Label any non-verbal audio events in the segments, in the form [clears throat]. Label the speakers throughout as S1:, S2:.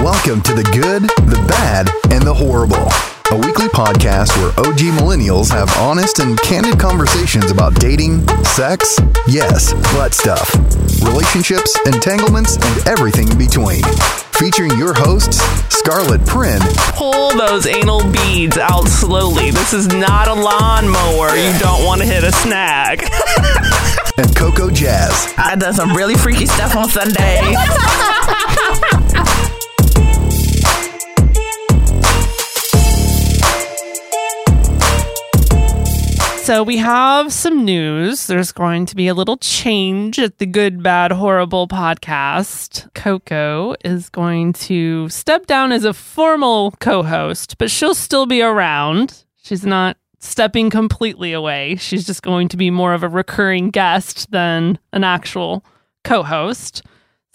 S1: Welcome to The Good, The Bad, and The Horrible, a weekly podcast where OG millennials have honest and candid conversations about dating, sex, yes, butt stuff, relationships, entanglements, and everything in between. Featuring your hosts, Scarlett Prin
S2: Pull those anal beads out slowly. This is not a lawnmower. You don't want to hit a snag.
S1: and Coco Jazz.
S3: I done some really freaky stuff on Sunday.
S2: So we have some news. There's going to be a little change at the Good, Bad, Horrible podcast. Coco is going to step down as a formal co host, but she'll still be around. She's not stepping completely away. She's just going to be more of a recurring guest than an actual co host.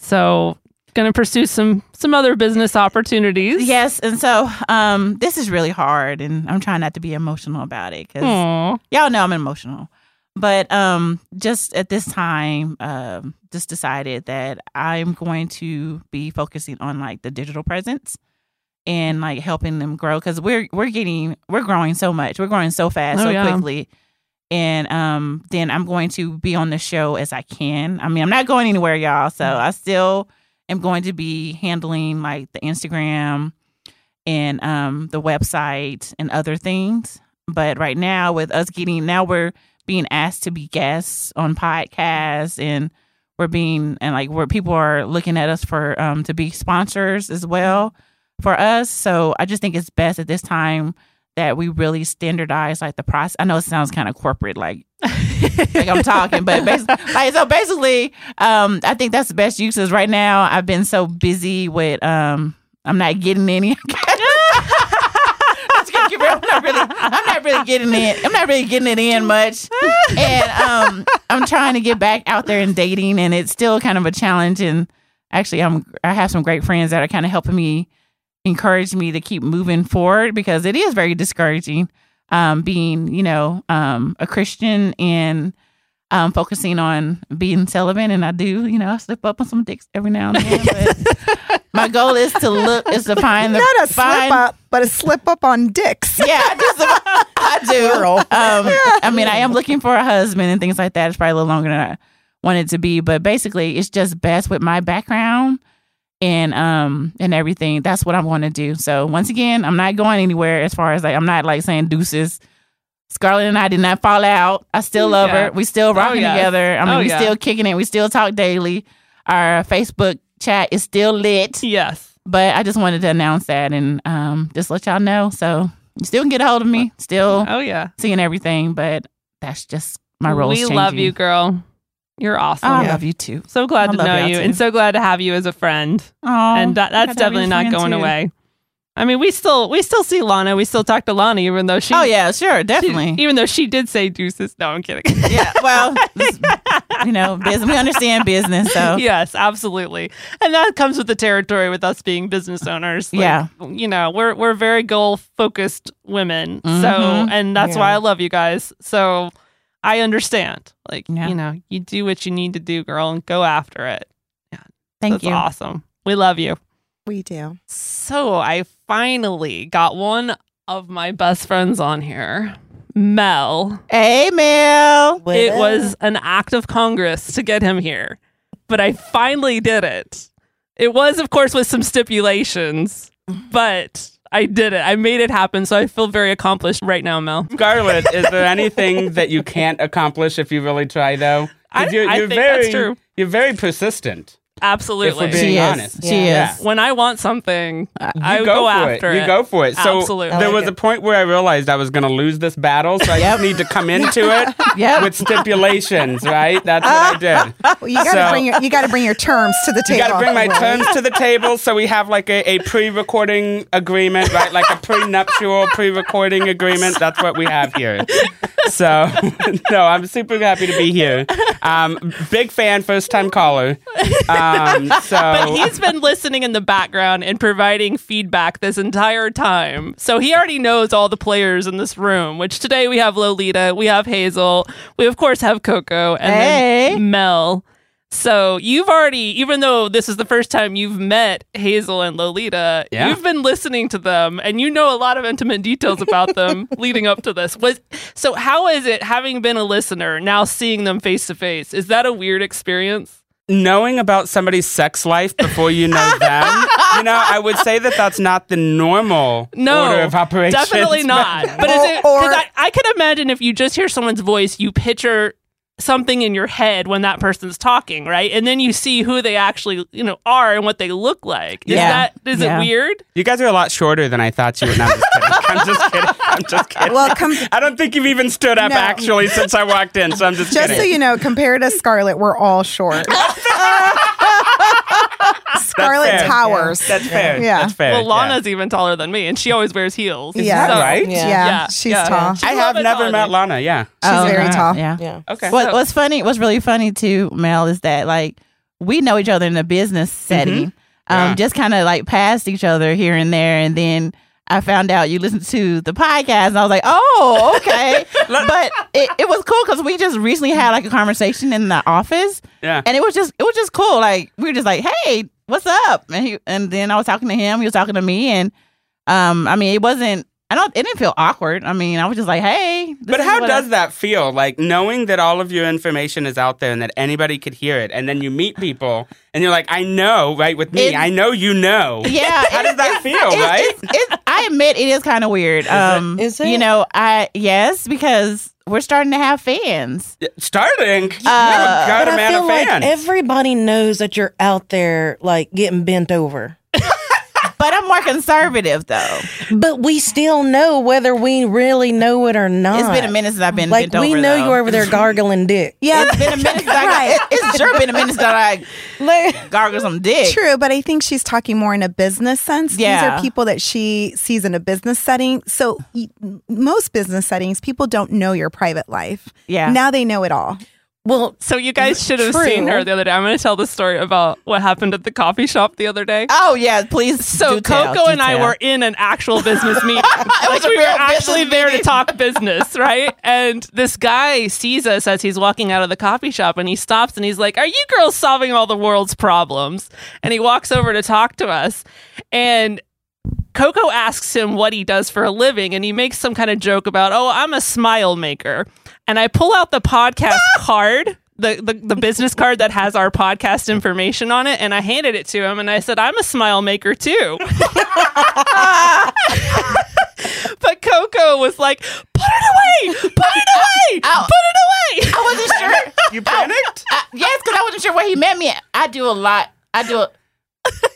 S2: So going to pursue some some other business opportunities.
S3: yes, and so um, this is really hard, and I'm trying not to be emotional about it because
S2: Aw.
S3: y'all know I'm emotional. But um, just at this time, um, just decided that I'm going to be focusing on like the digital presence and like helping them grow because we're we're getting we're growing so much, we're growing so fast,
S2: Oh,
S3: so
S2: yeah.
S3: quickly. And um, then I'm going to be on the show as I can. I mean, I'm not going anywhere, y'all. So
S2: Mm.
S3: I still am going to be handling like the Instagram and um, the website and other things. But right now, with us getting now, we're being asked to be guests on podcasts, and we're being and like where people are looking at us for um, to be sponsors as well for us. So I just think it's best at this time that we really standardize like the process. I know it sounds kind of corporate, like like I'm talking, but basically, like so basically, um, I think that's the best uses right now. I've been so busy with um, I'm not getting any. Let's keep it real. I'm not really, I'm not really getting it. I'm not really getting it in much, and um, I'm trying to get back out there and dating, and it's still kind of a challenge. And actually, I'm I have some great friends that are kind of helping me, encourage me to keep moving forward because it is very discouraging, um, being you know um, a Christian and um, focusing on being celibate, and I do you know I slip up on some dicks every now and then.
S4: [laughs]
S3: But my goal is to look is to find the
S4: not a slip
S3: find,
S4: up, but a slip up on
S3: [laughs]
S4: dicks.
S3: yeah, I, just, I do. Um, I mean,
S2: [laughs]
S3: I am looking for a husband and things like that. It's probably a little longer than I want it to be, but basically, it's just best with my background and um and everything. That's what I'm going to do. So once again, I'm not going anywhere as far as like I'm not like saying deuces. Scarlett and I did not fall out. I still love
S2: Yeah.
S3: her. We still rocking
S2: yes.
S3: together. I mean,
S2: Oh,
S3: we
S2: yeah.
S3: still kicking it. We still talk daily. Our Facebook chat is still lit
S2: Yes.
S3: but I just wanted to announce that and um, just let y'all know. So you still can get a hold of me, still
S2: Oh yeah.
S3: seeing everything, but that's just my role.
S2: We love you, girl. You're awesome.
S3: Oh, I
S4: Yeah.
S3: love you too.
S2: So glad
S3: I
S2: to
S3: love
S2: know
S3: y'all
S2: you,
S3: too.
S2: and so glad to have you as a friend.
S3: Oh,
S2: and that, that's definitely not going away. I mean, we still we still see Lana. We still talk to Lana, even though she.
S3: Oh yeah, sure,
S2: she- [laughs]
S3: definitely.
S2: even though she did say deuces. No, I'm kidding.
S3: yeah, well, this- you
S2: [laughs]
S3: know, business. We understand business, so
S2: yes, absolutely, and that comes with the territory with us being business owners. Like,
S3: Yeah.
S2: you know, we're we're very goal focused women. So,
S3: Mhm.
S2: and that's
S4: Yeah.
S2: why I love you guys. So, I understand. Like,
S3: Yeah.
S2: you know, you do what you need to do, girl, and go after it.
S3: thank
S2: that's
S3: you.
S2: awesome. We love you.
S4: We do.
S2: So I finally got one of my best friends on here, Mel.
S3: Hey, Mel.
S2: It was an act of Congress to get him here, but I finally did it. It was, of course, with some stipulations, but I did it. I made it happen. So I feel very accomplished right now, Mel.
S5: Scarlett, is there anything that you can't accomplish if you really try, though?
S2: I-
S5: 'Cause
S2: I think
S5: very,
S2: that's true.
S5: You're very persistent.
S2: Absolutely.
S5: If we're being
S3: She is.
S5: honest,
S3: She
S5: Yeah.
S3: is.
S2: when I want something, I
S5: You
S2: go,
S5: for
S2: after
S5: it.
S2: it.
S5: You go for it. So
S2: Absolutely.
S5: there was a point where I realized I was going to lose this battle, so I just need to come into it
S3: [laughs] Yep.
S5: with stipulations. Right? That's what
S3: [laughs]
S5: I did.
S4: Well, you gotta
S5: So-
S4: bring your you gotta bring your terms to the
S5: You
S4: table.
S5: got to bring my
S4: Right.
S5: terms to the table, so we have like a, a pre-recording agreement, right? Like a prenuptial pre-recording agreement. That's what we have here. So, [laughs] no, I'm super happy to be here. Um, big fan, first-time caller. Um, Um, so
S2: But he's been listening in the background and providing feedback this entire time. So he already knows all the players in this room, which today we have Lolita, we have Hazel, we of course have Coco, and
S3: Hey.
S2: then Mel. So you've already, even though this is the first time you've met Hazel and Lolita,
S5: Yeah.
S2: you've been listening to them and you know a lot of intimate details about them leading up to this. Was so how is it having been a listener, now seeing them face to face? Is that a weird experience?
S5: knowing about somebody's sex life before you know them. you know, I would say that that's not the normal
S2: No,
S5: order of operations.
S2: definitely
S5: [laughs]
S2: not. But is it?
S4: Or-
S2: Because I, I can imagine if you just hear someone's voice, you picture something in your head when that person's talking, right? And then you see who they actually, you know, are and what they look like. Is
S3: Yeah.
S2: that is it
S3: Yeah.
S2: weird?
S5: You guys are a lot shorter than I thought you would. No, I'm just kidding. I'm just kidding. I'm just kidding.
S4: Well, com-
S5: I don't think you've even stood up
S4: No.
S5: actually since I walked in, so I'm just,
S4: just
S5: kidding.
S4: so you know, compared to Scarlet, we're all short. [laughs] Scarlet
S5: fair.
S4: towers.
S5: that's fair.
S4: Yeah.
S5: That's fair.
S2: Well,
S5: yeah.
S2: Lana's even taller than me, and she always wears heels.
S4: Is Yeah.
S2: So-
S4: that
S5: right?
S4: Yeah,
S2: Yeah.
S4: she's
S2: Yeah.
S4: tall.
S5: I
S2: She's a
S5: have
S2: little bit
S5: never
S2: taller
S5: met
S2: than-
S5: Lana. Yeah.
S4: She's very
S3: Oh, yeah.
S4: tall.
S3: Yeah.
S6: Yeah.
S5: Okay.
S3: What, what's funny? What's really funny too, Mel, is that like we know each other in a business setting, um,
S5: Mm-hmm. Yeah.
S3: just kind of like past each other here and there, and then I found out you listened to the podcast, and I was like, oh,
S5: [laughs]
S3: okay. but it, it was cool because we just recently had like a conversation in the office,
S5: Yeah.
S3: and it was just it was just cool. Like we were just like, hey, what's up? And he, and then I was talking to him, he was talking to me, and um, I mean, it wasn't. I don't. It didn't feel awkward. I mean, I was just like, "Hey."
S5: But how does that feel? Like knowing that all of your information is out there and that anybody could hear it, and then you meet people and you're like, I know, right? With me,
S3: It-
S5: I know you know.
S3: [laughs] Yeah.
S5: How does that feel, Oh, right?
S3: It's, it's, I admit it is kind of weird. Um,
S6: Is it?
S3: You know, I yes because we're starting to have fans.
S5: Starting. Uh,
S6: But
S5: got a
S6: I
S5: man
S6: feel
S5: a fan.
S6: like everybody knows that you're out there, like getting bent over.
S3: But I'm more conservative though.
S6: But we still know whether we really know it or not.
S3: It's been a minute since I've been
S6: Uh, Like
S3: bent
S6: we
S3: over,
S6: know
S3: though.
S6: you're over there
S3: [laughs]
S6: gargling dick.
S4: Yeah,
S3: It's been a minute. Since I got, it, it's sure been a minute since I like, gargle some dick.
S4: True, but I think she's talking more in a business sense. These
S3: Yeah.
S4: are people that she sees in a business setting. So y- most business settings, people don't know your private life.
S3: Yeah.
S4: Now they know it all.
S6: Well,
S2: So you guys should have
S6: True.
S2: seen her the other day. I'm going to tell the story about what happened at the coffee shop the other day.
S3: Oh yeah, please.
S2: So
S3: do tell,
S2: Coco
S3: do
S2: and I
S3: tell.
S2: were in an actual
S3: [laughs]
S2: business meeting. like
S3: a
S2: we were
S3: real business
S2: actually there to
S3: meeting.
S2: talk business, right? And this guy sees us as he's walking out of the coffee shop and he stops and he's like, "Are you girls solving all the world's problems?" And he walks over to talk to us. And Coco asks him what he does for a living, and he makes some kind of joke about, oh, I'm a smile maker. And I pull out the
S3: [laughs]
S2: podcast card, the, the, the business card that has our podcast information on it, and I handed it to him, and I said, I'm a smile maker
S3: [laughs]
S2: too. [laughs] but Coco was like, put it away! Put it away!
S3: [laughs] Ow.
S2: Put it away!
S3: I wasn't sure.
S5: you panicked?
S3: I, yes, because I wasn't sure where he met me. at. I do a lot. I do. A,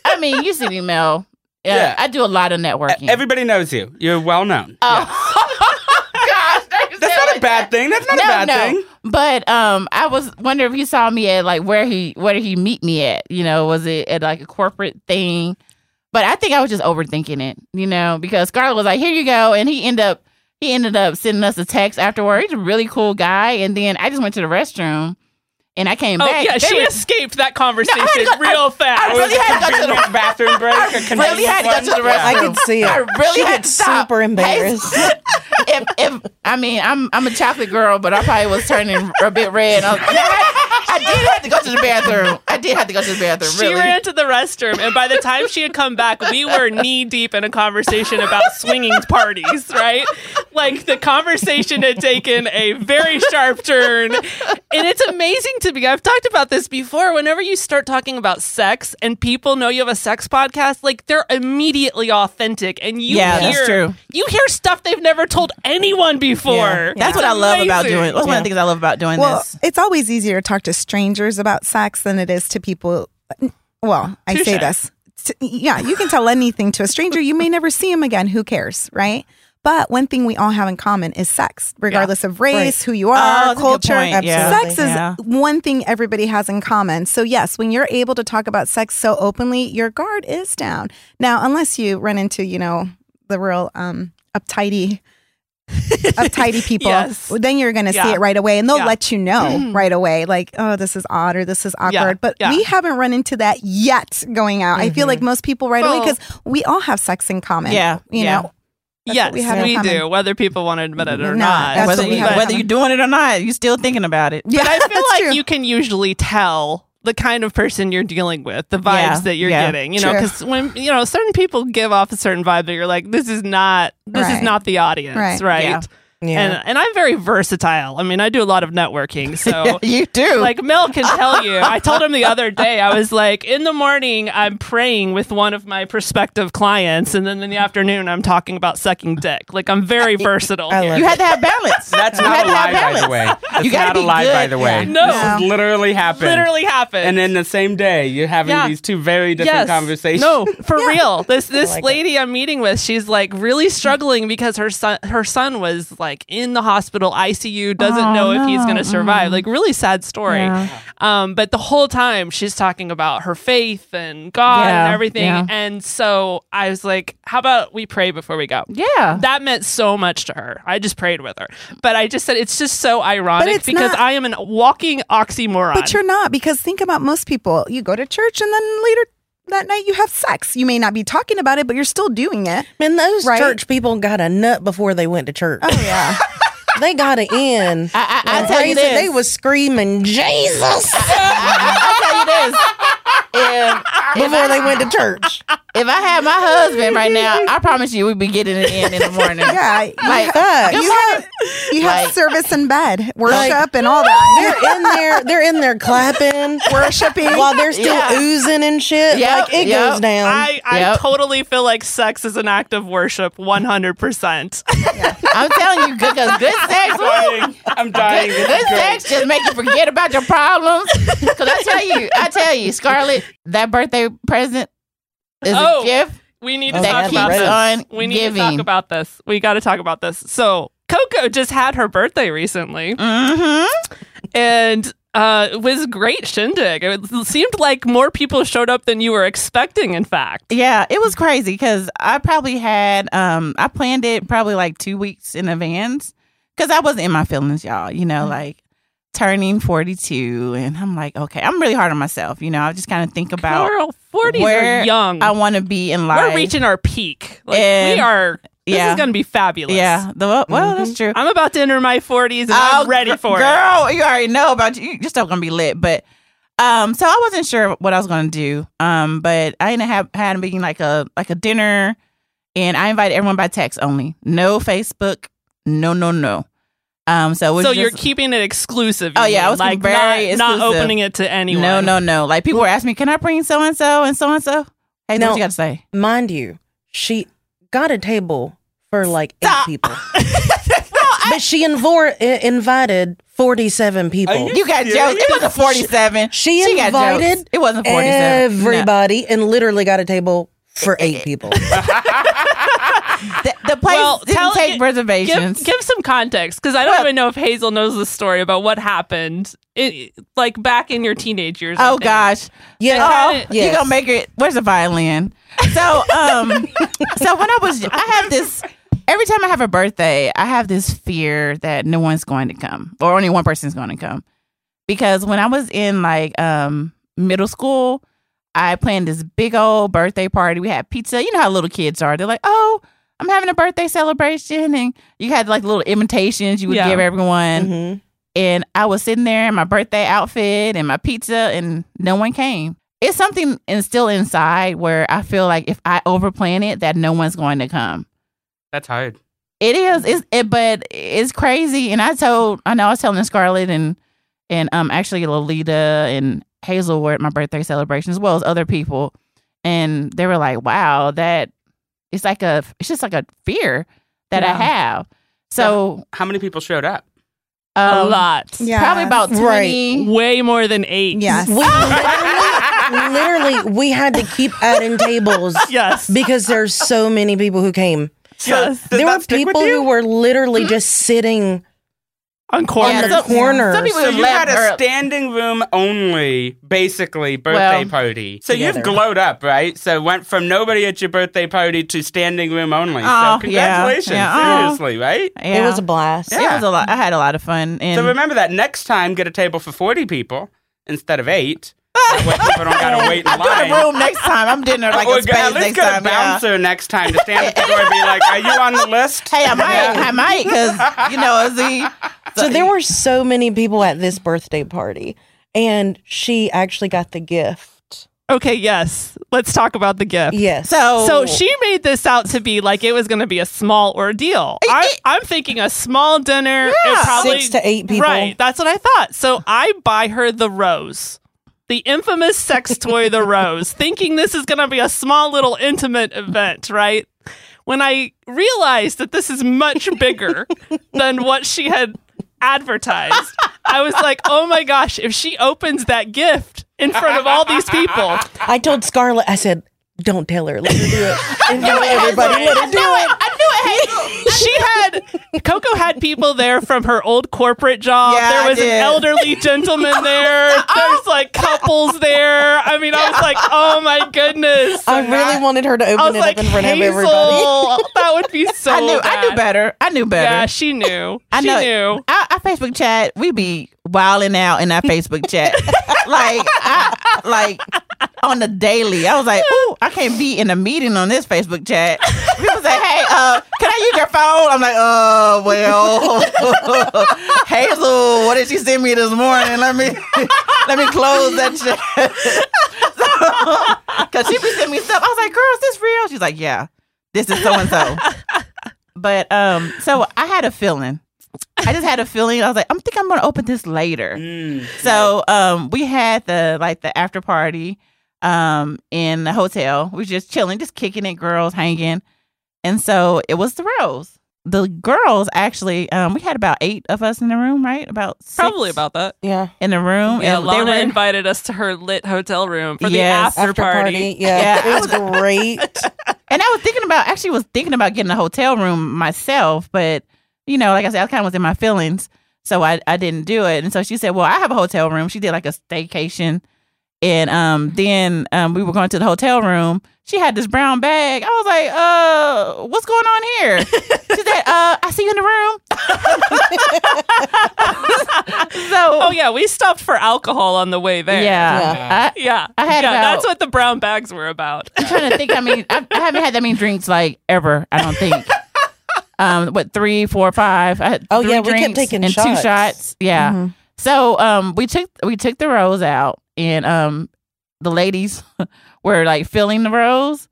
S3: I mean, you see me, Mel. Yeah,
S5: Yeah.
S3: I do a lot of
S5: [laughs]
S3: networking.
S5: Everybody knows you. You're well known.
S3: gosh,
S5: That's not a bad thing. That's not a bad thing.
S3: But um, I was wonder if you saw me at like where he where did he meet me at? You know, was it at like a corporate thing? But I think I was just overthinking it, you know, because Scarlett was like, "Here you go," and he ended up he ended up sending us a text afterward. He's a really cool guy, and then I just went to the restroom and I came
S2: Oh,
S3: back.
S2: yeah,
S3: They
S2: she
S3: were-
S2: escaped that conversation
S3: go- I-
S2: real fast.
S5: It was
S3: really
S5: a
S3: had to go to the-
S5: convenient bathroom break. a
S3: really
S5: convenient
S3: had to go
S5: one.
S3: to the
S5: Yeah.
S6: I
S3: restroom.
S6: could see it.
S3: I really
S6: she
S3: had
S6: gets
S3: to stop.
S6: super embarrassed.
S3: [laughs] if, if I mean, I'm I'm a chocolate girl, but I probably was turning a bit red. I, was- I did have to go to the bathroom. I did have to go to the bathroom.
S2: She
S3: really.
S2: ran to the restroom, and by the time she had come back, we were knee deep in a conversation about swinging parties, right? Like the conversation had taken a very sharp turn. And it's amazing to me. I've talked about this before. Whenever you start talking about sex and people know you have a sex podcast, like they're immediately authentic. And you
S3: Yeah,
S2: hear,
S3: that's true.
S2: You hear stuff they've never told anyone before.
S6: Yeah.
S3: That's
S2: It's
S3: what I love about
S2: amazing.
S3: doing. That's one of the things I love about doing
S4: Well,
S3: this.
S4: it's always easier to talk to strangers about sex than it is to people. Well, I say
S2: Touche.
S4: this. T- Yeah, you can tell anything to a stranger. You may never see him again. Who cares, right? But one thing we all have in common is sex, regardless of race,
S6: Right.
S4: who you
S3: Oh, that's
S4: are,
S3: a good
S4: culture.
S3: point. Yeah.
S4: Sex is
S3: Yeah.
S4: one thing everybody has in common. So, yes, when you're able to talk about sex so openly, your guard
S2: [laughs]
S4: is down. Now, unless you run into, you know, the real um, uptighty of tidy people,
S2: Yes.
S4: then you're going to see
S2: Yeah.
S4: it right away and they'll
S2: Yeah. Mm-hmm.
S4: let you know [clears throat] right away, like, oh, this is odd or this is awkward. But
S2: Yeah. Mm-hmm.
S4: we haven't run into that yet going out. I feel like most people right away
S2: Well-
S4: because we all have sex in common.
S3: Yeah,
S4: You
S3: yeah.
S4: know,
S2: yes,
S4: what we have in
S2: we
S4: common.
S2: do, whether people want to admit it or
S4: No,
S2: not.
S4: that's
S3: whether
S4: what we
S3: you,
S4: have in
S3: whether you're
S4: common.
S3: doing it or not, you're still thinking about it.
S4: yeah,
S2: But I feel
S4: that's
S2: like
S4: true.
S2: you can usually tell the kind of person you're dealing with, the vibes
S3: Yeah,
S2: that you're
S3: yeah.
S2: getting. You know,
S4: True.
S2: because when you know certain people give off a certain vibe that you're like, this is not this
S4: Right.
S2: is not the audience,
S4: Right.
S2: right?
S3: Yeah.
S2: And and I'm very versatile. I mean, I do a lot of networking, so.
S3: you do.
S2: Like Mel can tell you. I told him the other day, I was like, in the morning, I'm praying with one of my prospective clients. And then in the afternoon, I'm talking about sucking dick. Like, I'm very versatile.
S6: I
S2: here.
S6: love
S3: you had to have balance.
S5: That's
S3: You
S5: not
S3: had
S5: a
S3: to
S5: lie,
S3: have
S5: by the
S3: balance.
S5: way. That's
S3: You gotta
S5: not a
S3: be
S5: lie, by
S3: good.
S5: the way.
S2: No.
S5: This has literally happened.
S2: Literally happened.
S5: And then the same day, you're having
S2: Yeah.
S5: these two very different conversations. [laughs]
S2: No, for real. This this
S6: like
S2: lady I'm meeting with, she's like really struggling because her son her son was like in the hospital ICU, doesn't
S3: Oh,
S2: know if he's
S3: no. Mm-hmm.
S2: going to survive. Like really sad story.
S3: Yeah.
S2: Um, but the whole time she's talking about her faith and God
S3: Yeah,
S2: and everything.
S3: yeah.
S2: And so I was like, how about we pray before we go?
S3: [laughs] Yeah.
S2: That meant so much to her. I just prayed with her. But I just said it's just so ironic
S4: it's
S2: because
S4: not-
S2: I am a walking oxymoron.
S4: But you're not because think about most people. You go to church and then later that night you have sex. You may not be talking about it, but you're still doing it.
S6: Man, those
S4: Right?
S6: church people got a nut before they went
S3: [laughs]
S6: to church.
S4: Oh [laughs] yeah.
S6: They got it in.
S3: I, I, I
S6: And
S3: tell you
S6: praise it,
S3: this.
S6: they was screaming Jesus
S3: I tell you this. If,
S6: before they went [laughs] to church.
S3: if I had my husband right now, I promise you we'd be getting it in in the
S6: [laughs]
S3: morning.
S4: Yeah. You,
S3: Like,
S6: Fuck.
S4: you have you have
S3: Like-
S4: service in bed, worship and all that.
S6: They're in there. They're in there clapping, worshiping while they're still
S3: Yeah.
S6: oozing and shit.
S3: Yep,
S6: Like it
S3: yep.
S6: goes down.
S2: I, I
S3: Yep.
S2: totally feel like sex is an act of worship 100%.
S3: I'm telling you, good, 'cause good sex, [laughs]
S5: I'm dying. I'm dying. This
S3: good
S5: is great.
S3: sex just make you forget about your problems. Because I tell you, I tell you, Scarlett, that birthday present is
S2: Oh.
S3: a gift
S2: [laughs] We need to
S6: Oh,
S2: talk
S3: that
S6: that's
S2: about
S6: right.
S3: keeps
S2: this.
S3: on
S2: We need
S3: giving.
S2: to talk about this. We got to talk about this. So, Coco just had her birthday recently
S3: mm-hmm.
S2: and uh, it was a great shindig. It seemed like more people showed up than you were expecting, in fact.
S3: Yeah, it was crazy because I probably had um I planned it probably like two weeks in advance because I wasn't in my feelings, y'all. You
S2: Mm.
S3: know, like turning forty two, and I'm like, okay, I'm really hard on myself. You know, I just kind of think about
S2: Girl, 40s
S3: where
S2: are young.
S3: I want to be in life.
S2: we're reaching our peak. Like,
S3: And-
S2: we are, this
S3: yeah.
S2: is going to be Mm-hmm. fabulous.
S3: Yeah, the, well, that's true.
S2: I'm about to enter my 40s and I'm
S3: Oh,
S2: ready
S3: gr-
S2: for it.
S3: Girl, you already know about you. You're still gonna be lit, but um, so I wasn't sure what I was gonna do. Um, but I ended up had a meeting like a like a dinner, and I invited everyone by text only. No Facebook. No, no, no. Um, so it was
S2: so
S3: just,
S2: you're keeping it exclusive.
S3: Oh,
S2: you
S3: yeah, I
S2: mean,
S3: was
S2: like
S3: very
S2: not, not
S3: exclusive.
S2: opening it to anyone.
S3: no, no, no. Like people were asking me, "Can I bring so and so and so and so?" Hey,
S6: No.
S3: what you got to say?
S6: Mind you, she got a table for like eight
S3: Stop.
S6: people, but she invor- i- invited forty-seven people.
S5: Are
S3: You got
S5: serious?
S3: jokes. It wasn't forty-seven.
S6: She
S3: got
S6: invited
S3: jokes. It wasn't forty-seven. No.
S6: Everybody and literally got a table for eight people.
S3: The, the place
S2: Well,
S3: didn't
S2: tell-
S3: take
S2: gi-
S3: reservations.
S2: Give, give some context because I don't
S3: Well-
S2: even know if Hazel knows the story about what happened. It, like back in your teenage years. I
S3: Oh
S2: think.
S3: gosh.
S6: Yeah.
S3: Oh,
S2: Yes.
S3: you gonna make it? Where's the violin? So, um,
S2: [laughs]
S3: so when I was, I have this. Every time I have a birthday, I have this fear that no one's going to come, or only one person's going to come, because when I was in like um middle school, I planned this big old birthday party. We had pizza. You know how little kids are. They're like, oh. I'm having a birthday celebration, and you had like little invitations you would
S2: Yeah.
S3: give everyone
S6: Mhm.
S3: and I was sitting there in my birthday outfit and my pizza, and no one came. It's something instilled inside where I feel like if I overplan it, that no one's going to come.
S5: [laughs] That's hard.
S3: It is, it's, it, but it's crazy. And I told, I know I was telling Scarlett and and um actually Lolita and Hazel were at my birthday celebration as well as other people, and they were like, "Wow, that it's like a, it's just like a fear that I
S2: Yeah.
S3: have." So
S5: How many people showed up?
S2: a
S3: um,
S2: lot,
S4: Yeah.
S3: probably about
S6: Right.
S3: twenty.
S2: way more than eight.
S4: Yes.
S6: We literally, literally, Mm-hmm. we had to keep adding tables
S2: [laughs] yes,
S6: because there's so many people who came.
S5: So, does
S6: there
S5: that
S6: were
S5: stick with
S6: people
S5: you?
S6: who were literally just sitting
S2: on corner.
S6: on the corner.
S3: Some people
S5: So
S3: would
S5: you
S3: laugh
S5: had a
S3: or-
S5: standing room only, basically, birthday
S3: Well,
S5: party. So you've
S6: together.
S5: glowed up, right? So went from nobody at your birthday party to standing room only.
S3: Oh,
S5: so
S3: yeah,
S5: congratulations,
S3: yeah, oh.
S5: seriously, right?
S3: yeah.
S6: It was a blast.
S5: Yeah.
S3: It was a lot. I had a lot of fun. And
S5: So remember that next time, get a table for forty people instead
S3: [laughs]
S5: of eight. That way people don't gotta wait in
S3: I'll
S5: line.
S3: do
S5: [laughs]
S3: a room next time. I'm dinner like
S5: or
S3: a space
S5: at least
S3: next
S5: get
S3: time.
S5: a
S3: yeah.
S5: bouncer next time to stand at [laughs] the door and be like, "Are you on the list?"
S3: Hey, I might, I might, because you know, Z.
S6: So there were so many people at this birthday party, and she actually got the gift.
S2: Okay, yes. Let's talk about the gift.
S6: Yes.
S3: So,
S2: So she made this out to be like it was going to be a small ordeal. I, I'm thinking a small dinner. it probably,
S6: Six to eight people.
S2: Right. That's what I thought. So I buy her the rose, the infamous sex toy, the rose, thinking this is going to be a small little intimate event, right? When I realized that this is much bigger than what she had advertised, I was like, oh my gosh, if she opens that gift in front of all these people,
S6: I told Scarlett, I said, don't tell her. Let her do it. And don't everybody let her do it.
S3: I knew it. Hey,
S2: [laughs] she had Coco had people there from her old corporate job.
S3: Yeah,
S2: there
S3: I
S2: was an
S3: did.
S2: elderly
S3: [laughs]
S2: gentleman there.
S3: Oh,
S2: There's like couples there. I mean, I was like, oh my goodness.
S6: I really wanted her to open
S2: I was
S6: it
S2: like,
S6: up in front
S2: Hazel,
S6: of
S2: [laughs]
S6: everybody.
S2: that would be
S5: Oh
S2: so.
S3: I knew. I
S2: bad.
S3: knew better. I knew better.
S2: Yeah, she knew.
S3: I
S2: she
S3: know.
S2: knew.
S3: Our, our Facebook chat, we be wilding out in our Facebook chat, [laughs] like, I, like on the daily. I was like, "Ooh, I can't be in a meeting on this Facebook chat." People say, "Hey, uh, can I use your phone?" I'm like, "Oh, well, [laughs] Hazel, what did she send me this morning? Let me, let me close that [laughs] chat." Because she be sending me stuff. I was like, "Girl, is this real?" She's like, "Yeah, this is so and
S2: [laughs]
S3: so." But um, so I had a feeling. I just had a feeling. I was like, I'm think I'm gonna open this later.
S5: Mm.
S3: So um, we had the like the after party um in the hotel. We were just chilling, just kicking it, girls hanging. And so it was the rose. The girls actually, um, we had about eight of us in the room, right? About six
S2: Probably about that.
S6: Yeah.
S3: in the room.
S2: Yeah,
S3: and
S2: Lana
S3: they were
S2: invited us to her lit hotel room for
S3: Yes.
S2: the after, party.
S6: Yeah.
S3: Yeah.
S6: It was great.
S3: And I was thinking about actually was thinking about getting a hotel room myself, but you know, like I said, I kind of was in my feelings, so I I didn't do it. And so she said, "Well, I have a hotel room." She did like a staycation, and um, then um, we were going to the hotel room. She had this brown bag. I was like, "Uh, what's going on here?" she said, "Uh, I see you in the room." [laughs] so
S2: Oh yeah, we stopped for alcohol on the way there.
S3: yeah, I-
S2: yeah.
S3: I had
S2: yeah,
S3: about-
S2: that's what the brown bags were about.
S3: I'm trying to think. I mean, I, I haven't had that many drinks like ever. I don't think. Um, what three, four, five? I had
S6: Oh,
S3: three
S6: yeah, we kept
S3: drinks
S6: taking
S3: and two
S6: shots. Mm-hmm.
S3: shots. Yeah.
S4: Mm-hmm.
S3: So um, we took we took the rose out, and um, the ladies [laughs] were like filling the rose,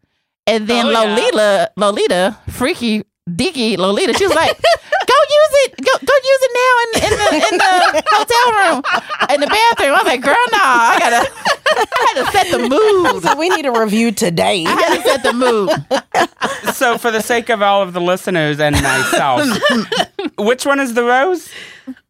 S3: and then
S2: Oh, yeah.
S3: Lolita, Lolita, freaky, dicky Lolita, she was
S6: [laughs]
S3: like, "Go use it, go go use it now in, in the in the hotel room, in the bathroom." I was like, "Girl, no, I gotta, I had to set the mood."
S6: So we need a review today.
S3: I had to set the mood.
S5: So, for the sake of all of the listeners and myself, [laughs] which one is the rose?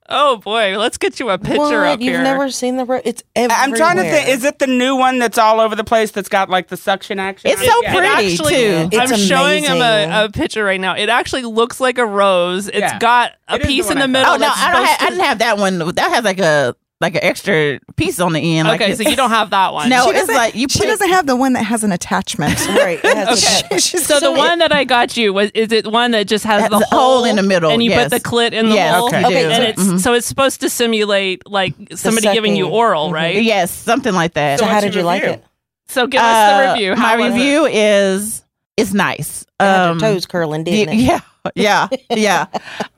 S2: Oh boy, let's get you a picture up
S6: What? You've
S2: here.
S6: never seen the road? It's everywhere.
S5: I'm trying to think. Is it the new one that's all over the place that's got like the suction action?
S3: It's so
S5: Yeah.
S2: It
S3: pretty. too.
S6: It's
S2: I'm showing him a,
S6: amazing.
S2: a picture right now. It actually looks like a rose. It's
S5: Yeah.
S2: got a
S5: It is the
S2: piece in
S5: one
S2: the
S5: I
S2: middle.
S3: Oh
S5: thought.
S3: no,
S2: that's
S3: I don't. Have, I
S2: supposed
S3: didn't have that one. That has like a like an extra piece on the end.
S2: to-
S3: Like
S2: okay,
S3: it's-
S2: so you don't have that one.
S3: No,
S4: She
S3: it's
S4: doesn't-
S3: like you.
S4: She
S3: put-
S4: doesn't have the one that has an attachment. [laughs]
S6: Right. It has to
S2: Okay.
S6: be-
S4: She's
S2: So the
S4: it-
S2: one that I got you was is it one that just has
S3: Has
S2: the,
S3: the hole in the middle,
S2: and you
S3: yes.
S2: put the clit in the
S3: Yes,
S2: hole,
S5: Okay.
S3: you do. Mm-hmm.
S2: and it's so it's supposed to simulate like somebody giving you
S6: sucking.
S2: oral,
S3: Mm-hmm.
S2: right?
S3: yes, something like that.
S6: So
S5: what's
S6: how
S5: your
S6: did you like
S5: review?
S6: it?
S2: So give us the
S3: Uh,
S2: review.
S3: My
S2: How was it?
S3: review is is nice.
S6: It had
S3: Um,
S6: your toes curling, didn't it?
S3: yeah, yeah,
S4: [laughs]
S3: yeah.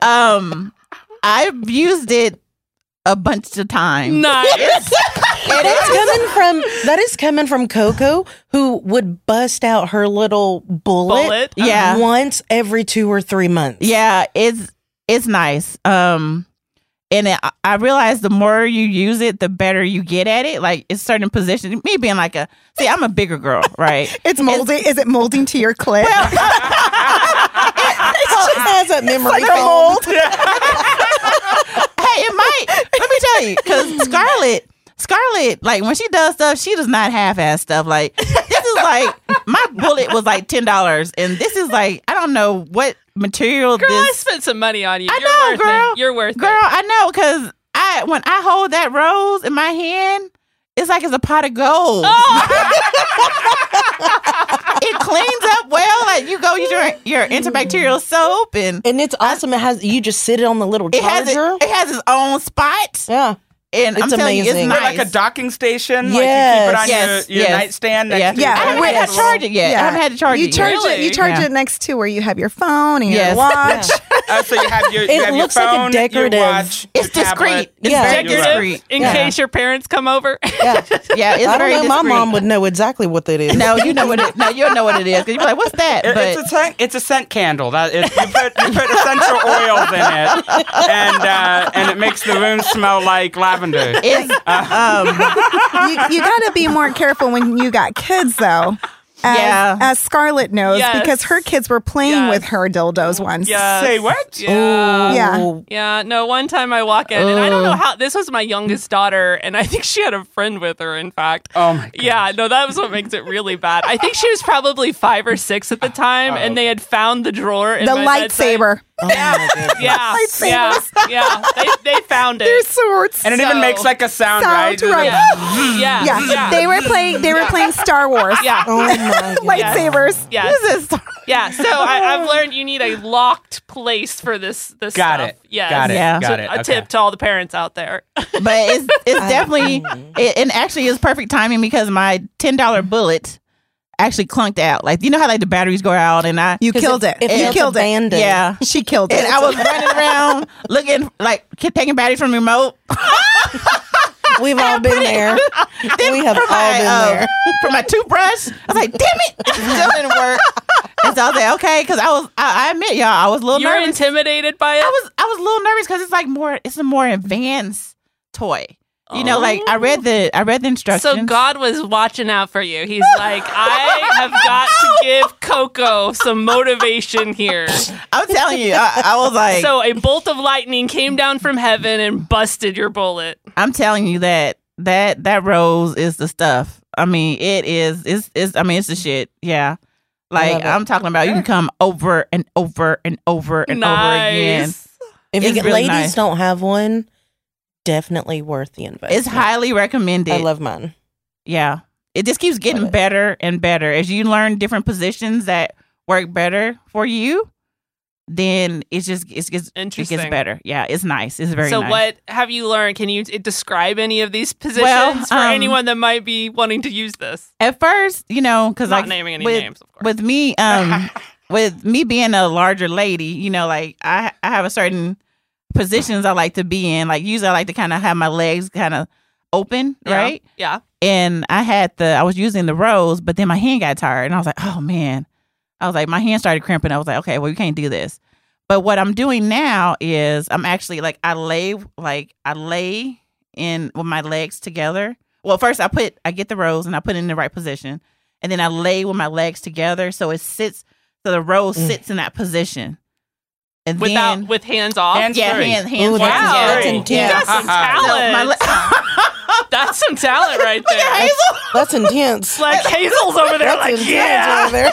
S3: um, I've used it a bunch of times.
S2: Nice.
S6: And that's coming from that is coming from Coco, who would bust out her little bullet,
S2: Bullet.
S3: [laughs]
S2: Uh-huh.
S3: Yeah.
S6: once every two or three months.
S3: Yeah, it's it's nice. Um and it, I- I realize the more you use it, the better you get at it. Like it's certain positions. Me being like a see, I'm a bigger girl, right?
S4: It's molding. is it molding to your clit? [laughs]
S6: She has a memory
S4: like a
S6: foam.
S3: [laughs]
S4: mold.
S3: hey, it might. Let me tell you, because Scarlett, Scarlett, like when she does stuff, she does not half-ass stuff. Like this is like, my bullet was like ten dollars, and this is like, I don't know what material
S2: Girl, Oh, I
S3: this.
S2: spent some money on you.
S3: I
S2: You're
S3: know,
S2: worth
S3: girl.
S2: it. You're worth
S3: Girl,
S2: it.
S3: I know because I when I hold that rose in my hand, it's like it's a pot of gold.
S2: Oh!
S3: [laughs] it cleans up well. Like you go use your your antibacterial soap, and
S6: And it's awesome. It has you just sit it on the little
S3: it has it,
S6: charger.
S3: it has its own spot.
S6: yeah.
S3: And I'm
S6: It's
S3: telling you, it's
S6: amazing.
S3: nice.
S6: We're
S5: Like a docking station,
S6: Yes.
S5: like you keep it on
S3: Yes,
S5: your, your
S3: yes.
S5: nightstand. Next
S3: Yeah.
S5: to
S3: I
S4: Yeah.
S5: your
S3: haven't
S5: bed.
S3: had to charge it yet. I haven't had to charge
S4: you
S3: it
S4: charge
S3: yet.
S4: it. You
S2: Really?
S4: charge
S3: Yeah.
S4: it next to where you have your phone and your
S3: Yes.
S4: watch.
S5: Uh, so you have your, you
S6: It
S5: have your
S6: looks like a
S5: phone,
S6: decorative-
S5: Your watch,
S3: It's
S5: your
S3: discreet.
S5: tablet.
S3: It's
S5: You're
S6: Yeah.
S3: very
S5: right.
S2: Decorative
S3: discreet.
S2: in
S6: Yeah.
S2: case your parents come over. [laughs]
S6: Yeah.
S3: Yeah, it's
S6: I don't
S3: very
S6: know. My
S3: discreet.
S6: mom would know exactly what that is.
S3: No, you know what it. No, you'll know what it is because you're like, what's
S2: [laughs]
S3: that?
S5: It-
S3: But
S5: it's a scent. It's a scent candle. That it, you put you put essential oils in it, and uh, and it makes the room smell like lavender.
S3: it's
S4: you, you got to be more careful when you got kids, though. As,
S3: Yeah.
S4: as Scarlett knows,
S2: Yes.
S4: because her kids were playing
S2: Yes.
S4: with her dildos once.
S2: Yes. Oh,
S5: Say what?
S2: Yeah.
S4: Yeah.
S2: Yeah, no, one time I walk in and I don't know how this was my youngest daughter and I think she had a friend with her in fact.
S5: Oh my God.
S2: Yeah, no, that was what makes it really bad. I think she was probably 5 or 6
S3: [sighs]
S2: at the time
S3: Oh.
S2: and they had found the drawer in
S3: [laughs]
S4: The
S2: my
S4: lightsaber.
S6: Oh
S2: bedside- [laughs] [laughs] Yeah. yeah. Yeah. They they found it.
S4: Their swords.
S5: And it even
S2: So-
S5: makes like a sound,
S4: Sound,
S5: right?
S4: right.
S2: yeah. Yeah.
S4: [laughs] yeah.
S2: Yeah.
S4: They were playing they were playing Star Wars.
S2: yeah.
S6: Oh my god.
S4: [laughs] Lightsabers.
S2: Yes. yeah. So I, I've learned you need a locked place for this. This
S5: Got
S2: stuff.
S5: it.
S2: Yes.
S5: Got it.
S3: Yeah.
S5: Got
S2: So
S5: it.
S2: a
S5: Okay.
S2: tip to all the parents out
S3: [laughs]
S2: there.
S3: but it's it's definitely it, and actually it's perfect timing because my ten dollar bullet actually clunked out. Like you know how like the batteries go out and I
S4: You killed it.
S6: If
S4: you
S6: it's
S4: killed it.
S6: abandoned.
S3: yeah.
S4: She killed it.
S3: And
S4: [laughs]
S3: I was running around looking like ki- taking batteries from the remote.
S6: We've all been there. we have all
S3: for my,
S6: been
S3: um,
S6: there.
S3: [laughs] for my toothbrush. I was like, damn it, it still didn't work. And so I was like, okay, because I was I, I admit y'all, I was a little
S2: You're
S3: nervous.
S2: intimidated by it.
S3: I was I was a little nervous because it's like more it's a more advanced toy. You know, like I read the I read the instructions.
S2: Oh. so God was watching out for you. He's like, I have got
S3: [laughs]
S2: to give Coco some motivation here.
S3: I'm telling you, I, I was like,
S2: So a bolt of lightning came down from heaven and busted your bullet.
S3: I'm telling you that that that rose is the stuff. I mean, it is. It's. it's I mean, it's the shit. Yeah.
S6: love
S3: Like
S6: it.
S3: I'm talking about, you can come over and over and over and over again.
S2: nice.
S6: If you
S3: It's
S6: get,
S3: really
S6: ladies
S3: nice.
S6: don't have one, definitely worth the investment.
S3: It's highly recommended.
S6: I love mine.
S3: yeah. It just keeps getting
S6: Love it.
S3: better and better as you learn different positions that work better for you. Then it's just it's gets it
S2: Interesting.
S3: gets better. Yeah, it's nice. It's very
S2: so
S3: nice.
S2: what have you learned? Can you t- describe any of these positions for
S3: um,
S2: anyone that might be wanting to use this?
S3: at first, you know, because
S2: Not
S3: like
S2: naming any
S3: with,
S2: names, of course.
S3: with
S2: [laughs]
S3: me, um, with me being a larger lady, you know, like I I have a certain positions I like to be in. Like usually, I like to kind of have my legs kind of open,
S2: Yeah.
S3: right?
S2: Yeah.
S3: And I had the I was using the rows, but then my hand got tired, and I was like, oh man, I was like my hand started crimping. I was like, okay, well you can't do this. But what I'm doing now is I'm actually like I lay like I lay in with my legs together. Well, first I put I get the rows and I put it in the right position, and then I lay with my legs together so it sits so the row
S6: Mm.
S3: sits in that position. And
S2: Without
S3: then
S2: with hands off.
S5: Hands-
S3: yeah,
S5: free.
S3: hand, hands
S6: Ooh,
S3: free.
S6: that's-
S2: Wow.
S6: that's
S3: Yeah.
S6: intense.
S2: You got
S3: Yeah. Uh-huh.
S2: some
S3: So my
S2: talent.
S3: le- [laughs]
S2: That's some talent right there.
S6: That's
S2: [laughs]
S6: intense.
S2: like Hazel's over there,
S6: That's
S2: like
S6: intense
S2: yeah. [laughs]
S6: over there.